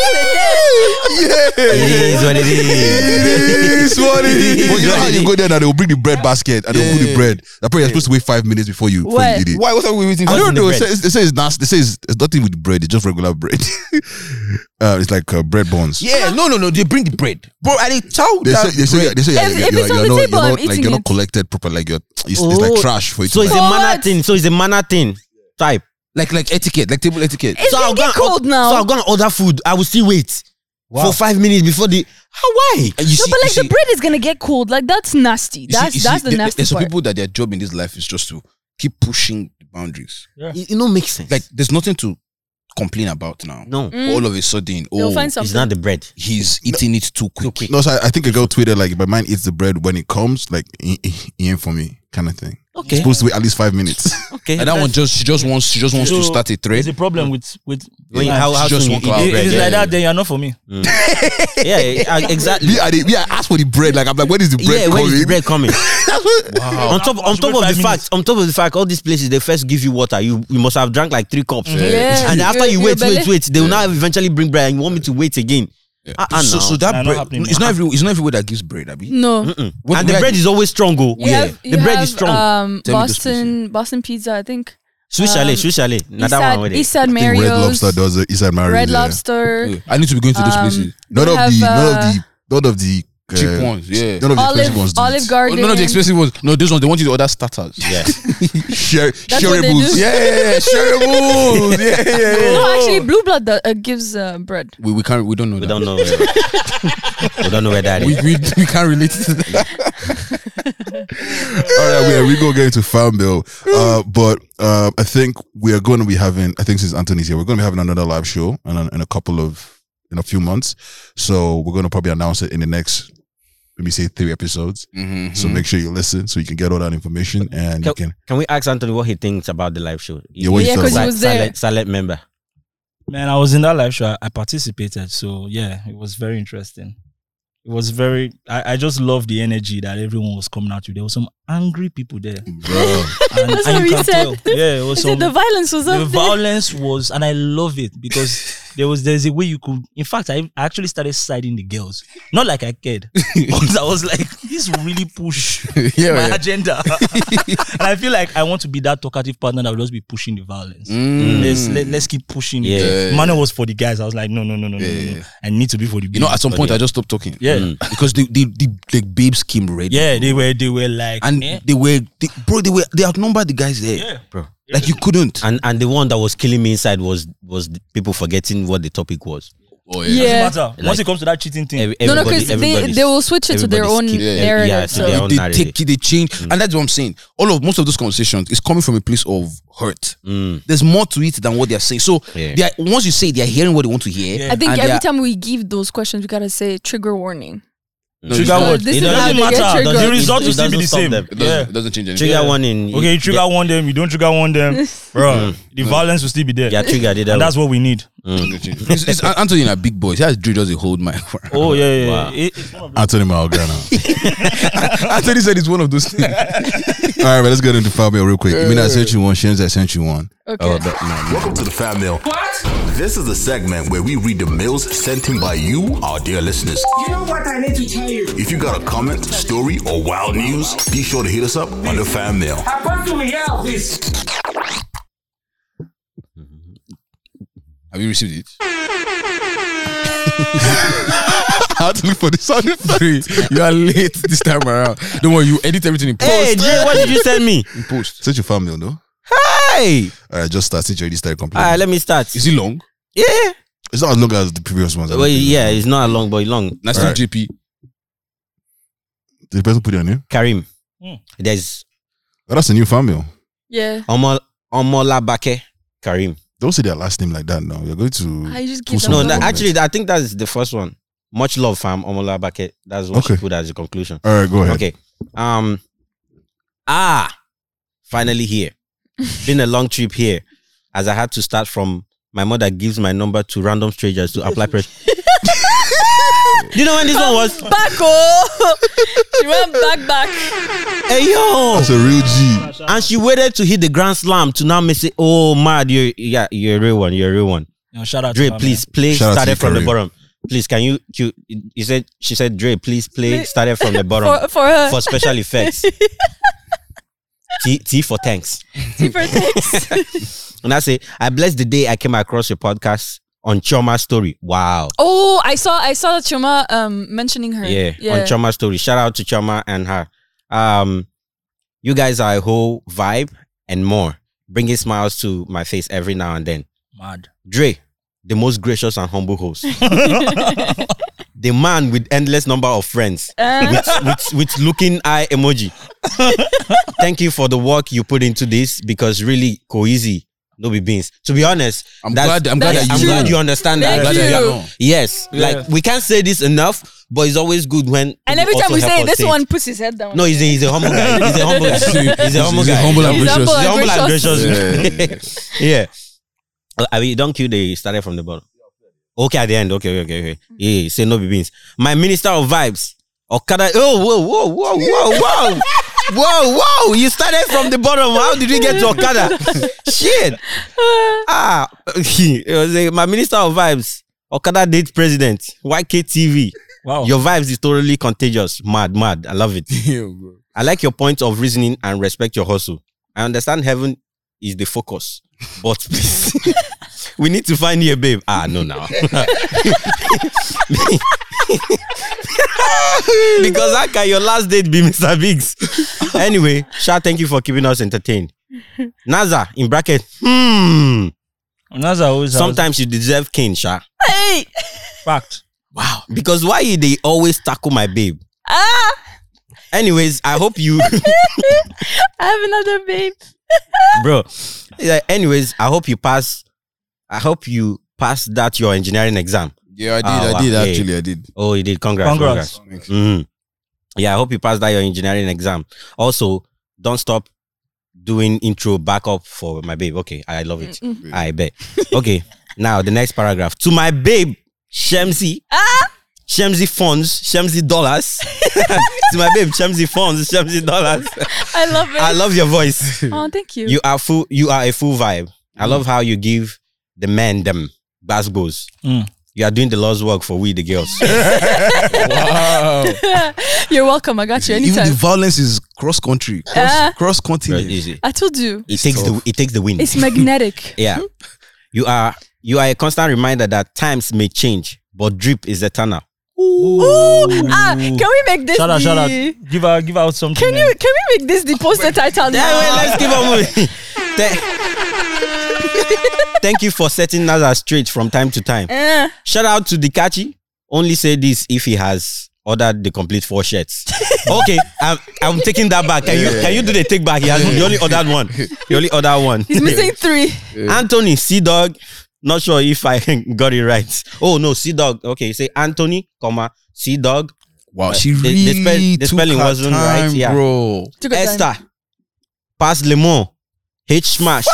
It is what it is. It's what it is. But you know how It's you go there and they will bring the bread basket and they'll put the Yeah. bread. That probably you're supposed to wait five minutes before you, before you Why? eat it. Why? What are we waiting I for? What's don't in the know. They bread? say, they say it's nasty. They say it's, it's nothing with bread. It's just regular bread. uh, it's like uh, bread buns. Yeah, no, no, no. They bring the bread, bro. And they tell They say, that they say, they say, If- you're, if you're, it's on you're, the not, you're table, I'm not, like, you're eating not it. collected properly. Like you're, it's, it's like Oh. trash for you So to it's like, a What? manner thing. So it's a manner thing type. like like etiquette, like table etiquette. It's I'll go so get and cold or- now. So I'm gonna order food. I will still wait for five minutes before the. How? Why? And you no, see- but you like see- the bread is gonna get cold. Like that's nasty. you see- That's you see, that's the there- nasty There's some part. people that their job in this life is just to keep pushing the boundaries. It, it don't make sense. Like there's nothing to complain about now. no, All of a sudden, They'll oh, Mm. find something. It's not the bread. he's eating it too quick. No, so I, I think a girl tweeted like, "My mind eats the bread when it comes, like he, he- he ain't for me," kind of thing. Okay. Supposed to wait at least five minutes. Okay. And that one just she just wants she just wants to So, start a It's trade. a problem with with. When you- Yeah. how, how She just soon want you clout eat if bread. if it's yeah, like yeah. that, then you're not for me. yeah, yeah, exactly. me, I, did- me, I asked for the bread. Like I'm like, when is the bread yeah, coming? where is the bread coming? On top, on Should top wait of the five minutes. fact, on top of the fact, all these places they first give you water. You you must have drank like three cups, Yeah. and after Your- you your wait, belly- wait, wait, they will now eventually bring bread, and you want me to wait again. Ah, ah, So, now. so that Nah, not bread, happening, it's not every it's not everywhere that gives bread, Abi. no. Mm-mm. What- Mm. and the where- bread is always strong. Oh, You have- the you bread have, is strong. Um, Tell me this place, Boston Boston pizza. I think. sweet um, chalet, sweet chalet. Now that one, Eastside, with it. Eastside I think Mario's. Red Lobster does it. Eastside Mario. Red yeah. Lobster. Yeah. I need to be going to those Um, places. None They of the, have, uh, none of the, none of the uh, Cheap ones, yeah. None of the expensive ones. Olive do Olive it. Garden. No, no, the expensive ones. No, those ones they want you to order starters. Yeah. Share, That's what they shareables. do. Yeah, yeah, shareables. Yeah, yeah, yeah. No, actually, Blue Blood do- uh, gives uh, bread. We, we can't we don't know We that. don't know. where- we don't know where that we, is. we, we can't relate to that. All right, we are, we gonna get into fan bill, uh, but uh, I think we are going to be having. I think since Anthony's here, we're going to be having another live show in a, in a couple of in a few months. So we're going to probably announce it in the next, let me say, three episodes. So Mm-hmm. make sure you listen so you can get all that information and you Can, can. can we ask Anthony what he thinks about the live show? Yeah, what you Yeah, thought? because he Silent- was there. Silent, silent member. Man, I was in that live show. I- I participated, so yeah, it was very interesting. It was very. I, I just love the energy that everyone was coming out with. There were some angry people there. Bro, And, That's and what you we can said. tell. Yeah, it was Is it some, the violence was the up there? violence was, and I love it because there was there's a way you could. In fact, I I actually started siding the girls. Not like I cared, but I was like, this will really push Yeah, my yeah. agenda, and I feel like I want to be that talkative partner that will just be pushing the violence. Mm. Let's let, let's keep pushing. Yeah. it. Manuel was for the guys. I was like, no, no, no, no, no, no, no. I need to be for the. You know, at babes. some point I just stopped talking. Mm. yeah, Mm. Because the the, the, the babes came ready. yeah, they were they were like, And eh, they were they, bro, they were they outnumbered the guys there. yeah, bro. Like you couldn't. And and the one that was killing me inside was was the people forgetting what the topic was. Oh Yeah. doesn't matter. Once it comes to that cheating thing, Every, No, no, everybody- because they, everybody's- they will switch it to their own everybody's keep- yeah, narrative. yeah, to so. their own They narrative. take it, they change. Mm. And that's what I'm saying. All of most of those conversations is coming from a place of hurt. Mm. There's more to it than what they're saying. So Yeah. they are, once you say it, they're hearing what they want to hear. Yeah. I think and they every are- time we give those questions, we gotta say trigger warning. No, trigger it's- No, word. this It is how doesn't they get matter. triggered. The result It will still be the doesn't stop same. them. It Yeah. doesn't, it doesn't change anything. Trigger one in Okay, you trigger one them, you don't trigger one them, bro. The violence will still be there. Yeah, trigger did that. and that's what we need. it's, it's Anthony and a big boy. He has Drew does a hold my Oh yeah, yeah. Wow. It- it's one of Anthony Malgrana. Anthony said it's one of those things. all right, but let's get into fan mail real quick. I mean, I sent you one. Shins, I sent you one. Okay. Oh, Welcome to the fan mail. What? This is a segment where we read the mails sent in by you, our dear listeners. You know what I need to tell you? If you got a comment, story, or wild news, be sure to hit us up on the fan mail. I want to hear of this. Have you received it? I had to look for the sound effect. Three. You are late this time around. Don't worry, you edit everything in post. Hey Jay, what did you send me? In post. Sent you fan mail, no? Hey, All right, just start. Since you already started all complaining, right, let me start. Is it long? Yeah, it's not as long as the previous ones. I don't well, think. yeah, it's not long, but long. That's Alright. still JP. Did the person put your name? Karim, Hmm. there's Oh, that's a new fan mail. Yeah. Omol Omolabake Karim. Don't say their last name like that now. You're going to. I just give Who's them Mm. No, Omolabake. that, that. actually, I think that's the first one. Much love, fam. Omolabake. That's what Okay. she put as a conclusion. All right, go ahead. Okay. Um. Ah, finally here. Been a long trip here, as I had to start from. My mother gives my number to random strangers to apply pressure. you know when this one was? Back oh, she went back back. Hey yo! That's a real G. And she waited to hit the grand slam to now miss it. Oh mad, you yeah, you're a real one. You're a real one. No, shout out Dre, to her, please play Shout out to started you, from the Karim. bottom. Please, can you, you you said she said Dre, please play started from the bottom For, for her, for special effects. T, T for thanks. she protects. And I say, I bless the day I came across your podcast on Choma Story. Wow. oh, I saw, I saw Chuma um mentioning her. Yeah, yeah. on Choma Story. Shout out to Choma and her. Um, you guys are a whole vibe and more. bringing smiles to my face every now and then. Mad. Dre, the most gracious and humble host. the man with endless number of friends Uh. with, with, with looking eye emoji. Thank you for the work you put into this because really, Koizi, no be beans. To be honest, I'm that's- glad. I'm glad that's that I'm you. glad know. you understand Thank that. I'm glad that you. you know. Yes, like we can't say this enough, but it's always good when. And people every time also we help say it, us this say it. one puts his head down. No, he's a, he's a humble guy. He's a humble guy. He's a humble He's a guy. humble and He's gracious. humble. He's a humble gracious. and gracious. yeah. Uh, I mean, don't kill the started from the bottom. Okay, at the end. Okay, okay, okay. okay. Yeah, yeah, say no be beans. My minister of vibes. Okada. Oh, whoa, whoa, whoa, whoa, whoa. Whoa, whoa! You started from the bottom. How did you get to Okada? Shit! Ah, it was uh, my minister of vibes. Okada date president. YKTV. Wow. Your vibes is totally contagious. Mad, mad. I love it. I like your point of reasoning and respect your hustle. I understand heaven is the focus, but please, we need to find you a babe. Ah, no, now. because how can your last date be Mr. Biggs? Anyway, Sha, thank you for keeping us entertained. NASA, in bracket, hmm. That's always Sometimes you deserve king, Sha. Hey! fact. Wow. Because why you- they always tackle my babe? Ah! Anyways, I hope you. I have another babe. bro. Yeah, anyways, I hope you pass. I hope you pass that your engineering exam. Yeah, I did. Ah, I did wow. actually. I did. Oh, you did. Congrats. Congrats. Mhm. Yeah, I hope you pass that your engineering exam. Also, don't stop doing intro backup for my babe. Okay, I love it. I bet. Okay, now the next paragraph. To my babe, Shemzi. Ah! Shemzi funds, Shemzi dollars. to my babe, Shemzi funds, Shemzi dollars. I love it. I love your voice. oh, thank you. You are full. You are a full vibe. I love how you give the men them basketballs. Mm. You are doing the Lord's work for we the girls. You, are welcome. I got you Even anytime. the violence is cross country, cross, Ah. cross Bro, continent. it I told you. it takes the it takes the wind. It's magnetic. yeah, you are you are a constant reminder that times may change, but drip is eternal. Ooh. Ah, can we make this Shout out, the... shout out. Give out, give out something. Can man. you can we make this the poster title Yeah, now? well, let's keep on moving. Thank- Thank you for setting NASA straight from time to time. Eh, Shout out to Dikachi. Only say this if he has ordered the complete four shirts. okay, I'm, I'm taking that back. Can you can you do the take back? He has he only ordered one. He only ordered one. he's missing three. Anthony Sea Dog. Not sure if I got it right. Oh no, Sea Dog. Okay, say Anthony, comma Sea Dog. Wow, she The- really the spell- the took spelling her wasn't right, time, yeah. bro. Took a time. Esther. Pass Lemon. H Smash.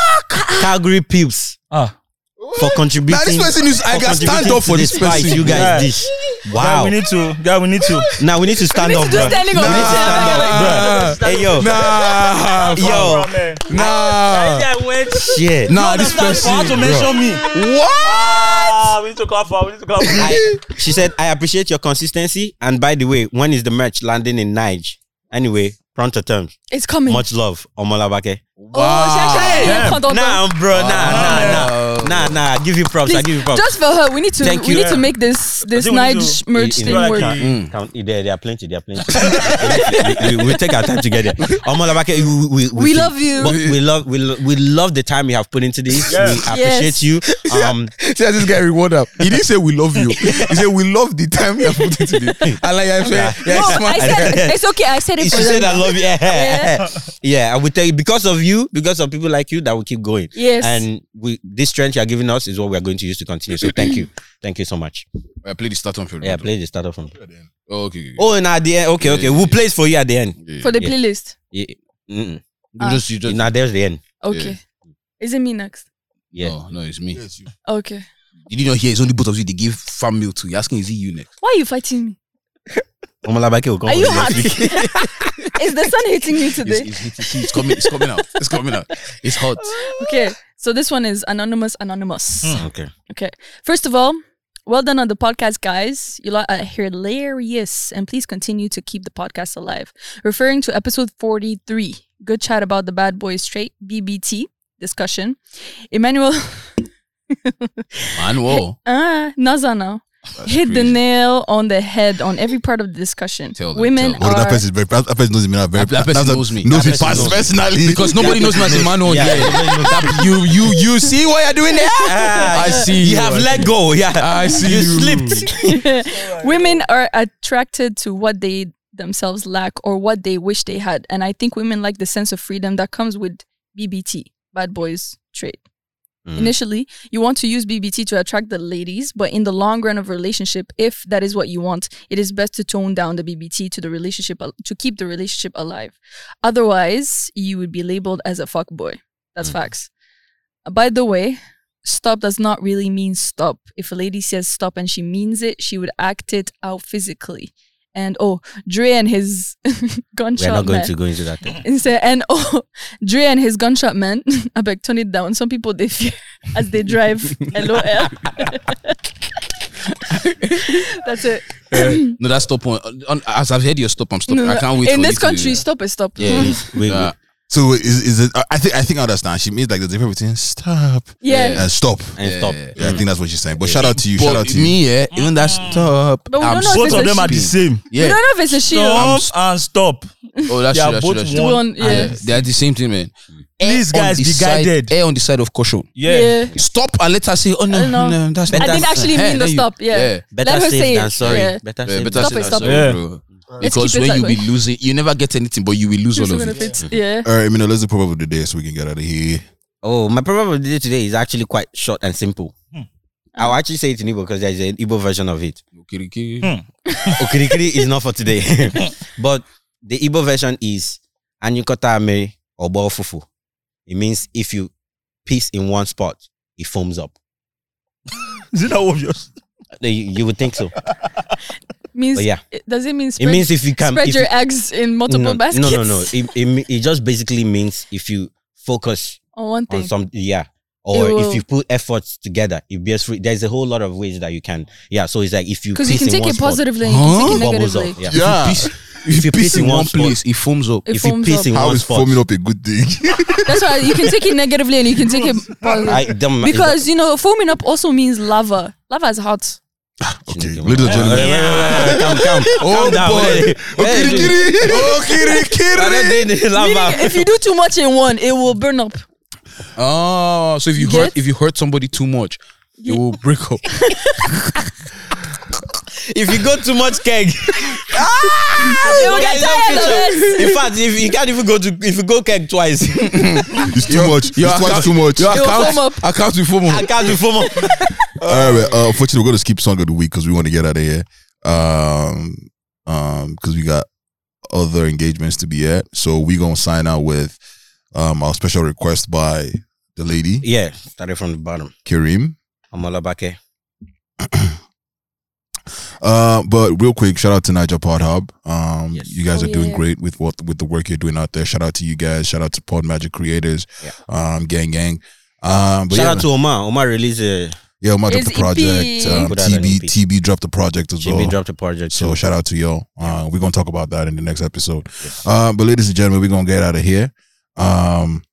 Calgary Pips Ah, for contributing. Now this person is. I for can stand contributing up to for this fight person. You Yeah. guys, dish. guy, Wow. we need to. Guy, we need to. Now we need to stand need up, to do bro. standing we up. need to stand up, bro. Hey yo, Nah, yo, man. nah, Yeah, wait. shit. nah. This For person. how to mention me? What? Ah, we need to clap for. We need to clap for. I, she said, "I appreciate your consistency." And by the way, when is the merch landing in Nige? Anyway, pronto terms. It's coming. Much love, Omolabake. Oh, she actually Damn. Hold on, Nah, bro, Wow. nah, nah, nah, nah, nah. I give you props. I Please, give you props. just for her, we need to Thank we you. need to make this this think we need Nige to- merch You- you thing know, like, work. uh, count- there, there are plenty. There are plenty. we, we- we take our time together. Omolabake, we, we, we, We love you. But we love we, lo- we love the time you have put into this. Yes. We appreciate Yes. you. Um, See how this guy reward up. He didn't say we love you. He said we love the time you have put into this. And like I'm saying, yeah, No, it's I smart. said it's okay. I said it for she said I them. love you. Yeah. Yeah. yeah, I will tell you because of you, because of people like you that will keep going. Yes. And we this strength you are giving us is what we are going to use to continue. So thank you. Thank you so much. I played the start on field. Yeah, play the starter from. Oh, okay. Oh, and at the end, okay, okay. We'll play it for you at the end. for the Yeah. playlist. Yeah. Mm-mm. You just, you just. Now there's the end. Okay, is it me next? Yeah. No, no, it's me. Okay, Did you not hear? It's only both of you. They gave farm meal to. You're asking, is it you next? why are you fighting me? Omalabake will come Are for you the next happy? week. Is the sun hitting you It's, today? it's, it's, it's coming. It's coming out. It's coming out. It's hot. Okay, so this one is anonymous. Anonymous. Okay. Okay. First of all, well done on the podcast, guys. You lot are hilarious. And please continue to keep the podcast alive. Referring to episode 43, good chat about the bad boys straight, BBT discussion. Emmanuel, Man, whoa. ah, Naza now. hit the nail on the head on every part of the discussion. Tell them, Women tell Oh, are that person, is very, that person knows me. Not very, That person that's a- knows me. Knows That me person knows me. personally. because nobody knows my Emmanuel. Yeah, That- you you you see what you're doing there. Ah, I see. You have let go. Yeah. I see. You you. slipped. women are attracted to what they themselves lack or what they wish they had. And I think women like the sense of freedom that comes with BBT, bad boys trait. Mm. Initially, you want to use BBT to attract the ladies, but in the long run of a relationship, if that is what you want, it is best to tone down the BBT to the relationship al- to keep the relationship alive. Otherwise, you would be labeled as a fuck boy. That's Mm-hmm. facts. By the way, stop does not really mean stop. If a lady says stop and she means it, she would act it out physically. And oh, Dre and his gunshot. We're not going man. to go into that thing. He said, and oh, Dre and his gunshot man. I beg, turn it down. Some people they fear as they drive. LOL. That's it. No, that's stop one. On- As I've heard your stop, I'm stopping. No, no, I can't wait. In for this you to- country, stop is stop. Yeah. Yeah. We- we- Uh, So is is it? I- I think I think I understand. She means like the difference between stop Yeah. and stop. and stop. Mm. Yeah, I think that's what she's saying. But shout out to you. shout out But to you. me, yeah, even that stop. Mm. But we I'm don't know if Both it's of a them are the she. same. We Yeah. don't know if it's a she. or- Stop and stop. Oh, that's They true. are That's true. both That's one. true. One, Ah, yeah. They are the same thing, man. Please, guys, the be side- guided. Air on the side of caution. Yeah. yeah. Stop and let her say, oh no, I know. no, that's I not. didn't actually Hey, mean the then you- stop. Yeah. Better Let her say safe than it. sorry. Yeah. Better Yeah, safe better Stop than say it, that, stop sorry, it. bro. Let's Because keep it when you that be way. losing, you never get anything, but you will lose all of it. Yeah. All right, Mino, let's do proverb of the day so we can get out of here. Oh, my proverb of the day today is actually quite short and simple. Hmm. I'll actually say it in Igbo because there's an Igbo version of it. Okiriki. Okirikiri is not for today. but the Igbo version is Anyukota Ame Obo Fufu. It means if you piss in one spot, it foams up. Is it that obvious? No, You, you would think so. Means. But yeah. it- Does it mean? It Spread, means if you can spread if your you- eggs in multiple no, baskets. No, no, no. It, it, me- it just basically means if you focus On Oh, one on thing. some, yeah. Or It will- if you put efforts together, it bears fruit. There's a whole lot of ways that you can, yeah. So it's like if you Because piss you can in take one it spot, positively and you can it take it bubbles negatively. up. Yeah. Yeah. Piss- If you piss in one spot, place, it foams up. It If you foams piss up. in How one is spot, forming up a good thing? That's why you can take it negatively and you can take it positively. I, them, Because you know, foaming up also means lava. Lava is hot. okay, ladies and gentlemen. Calm, calm. Oh Calm down. boy. Hey, hey, dude. Okirikiri. I Okirikiri. don't need lava. Meaning, if you do too much in one, it will burn up. Oh, so if you Get- hurt if you hurt somebody too much, it will break up. If you go too much keg, It will get there's no tired of future. it. In fact, if you can't even go to, if you go keg twice, It's too much. It's your twice account- too much. Your It will account, foam up. account will foam I up. can't do FOMO. All right, uh, unfortunately, we're gonna skip song of the week because we want to get out of here. Um, um, because we got other engagements to be at, so we gonna sign out with um our special request by the lady Yeah, started from the bottom. Kareem. I'm all about it. Uh, but real quick, shout out to Niger Pod Hub. Um, Yes. you guys Oh, are doing yeah. great with what with the work you're doing out there. Shout out to you guys. Shout out to Pod Magic Creators. Yeah. Um, gang gang. Um, but Shout yeah, out to Omar. Omar released a yeah, Omar dropped His the project. EP. Um, Put out an E TB EP. TB dropped the project as GB well. dropped a project. So too. shout out to y'all. Uh, we're gonna talk about that in the next episode. Uh, but ladies and gentlemen, we're gonna get out of here. Um,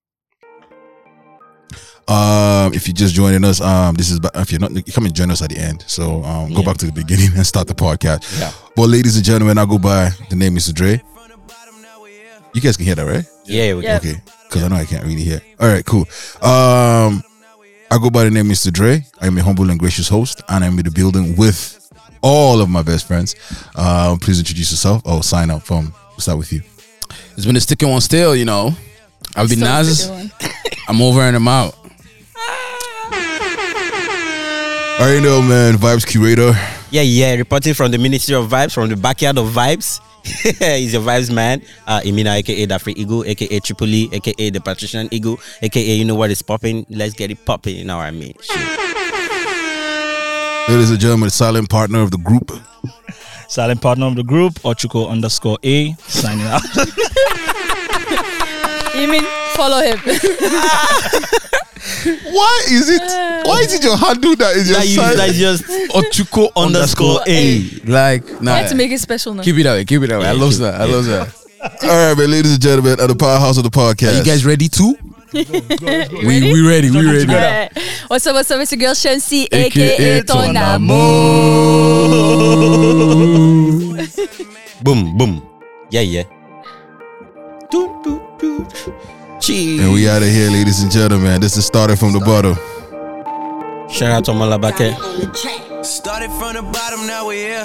um, if you're just joining us, um, this is ba- if you're not you come and join us at the end. So um, go Yeah. back to the beginning and start the podcast. Yeah. But ladies and gentlemen, I go by the name Mr. Dre. You guys can hear that, right? yeah, we Yeah. yeah. Okay, because I know I can't really hear. All right, cool. Um, I go by the name Mr. Dre. I am a humble and gracious host, and I'm in the building with all of my best friends. Um, please introduce yourself. Oh, sign up from. We'll start with you. It's been a sticking one still, you know. I've been Nas. I'm over and I'm out. All right, no man, vibes curator. yeah, yeah. Reporting from the Ministry of Vibes, from the backyard of Vibes. He's your vibes man. Uh, Imina, aka the Free Eagle, aka Triple E, aka the Patrician Eagle, aka you know what is popping. Let's get it popping. You know what I mean? Shit. Ladies and gentlemen, the silent partner of the group. Silent partner of the group, Ochuko underscore A, signing out. You mean follow him? Why is it? Why is it your handle that is your That you, that silent? just Ochuko underscore A. Like, I nah. had to make it special now. Keep it that way. Keep it that way. I Yeah, love keep- that. I yeah. love that. All right, man, ladies and gentlemen, at the powerhouse of the podcast. Are you guys ready too? ready? We we ready. We ready. Alright. What's up? What's up? It's your girl Shamsi, AKA aka Tonamo. Tonamo. boom, boom. Yeah, yeah. Do, do, do. Cheese. And we out of here, ladies and gentlemen. This is started from the bottom. Shout out to Malabake. Started from the bottom, now we're here.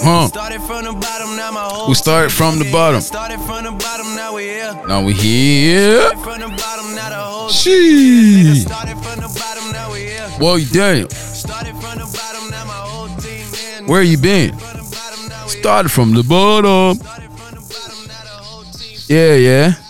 Huh? Started from the bottom, now my whole We started from the bottom. Started from the bottom, now we're here. Now we here. From the bottom, now the whole She. Started from the bottom, now we're here. Well, damn. Started from the bottom, now my whole team in. Where you been? Started from the bottom. Yeah, yeah.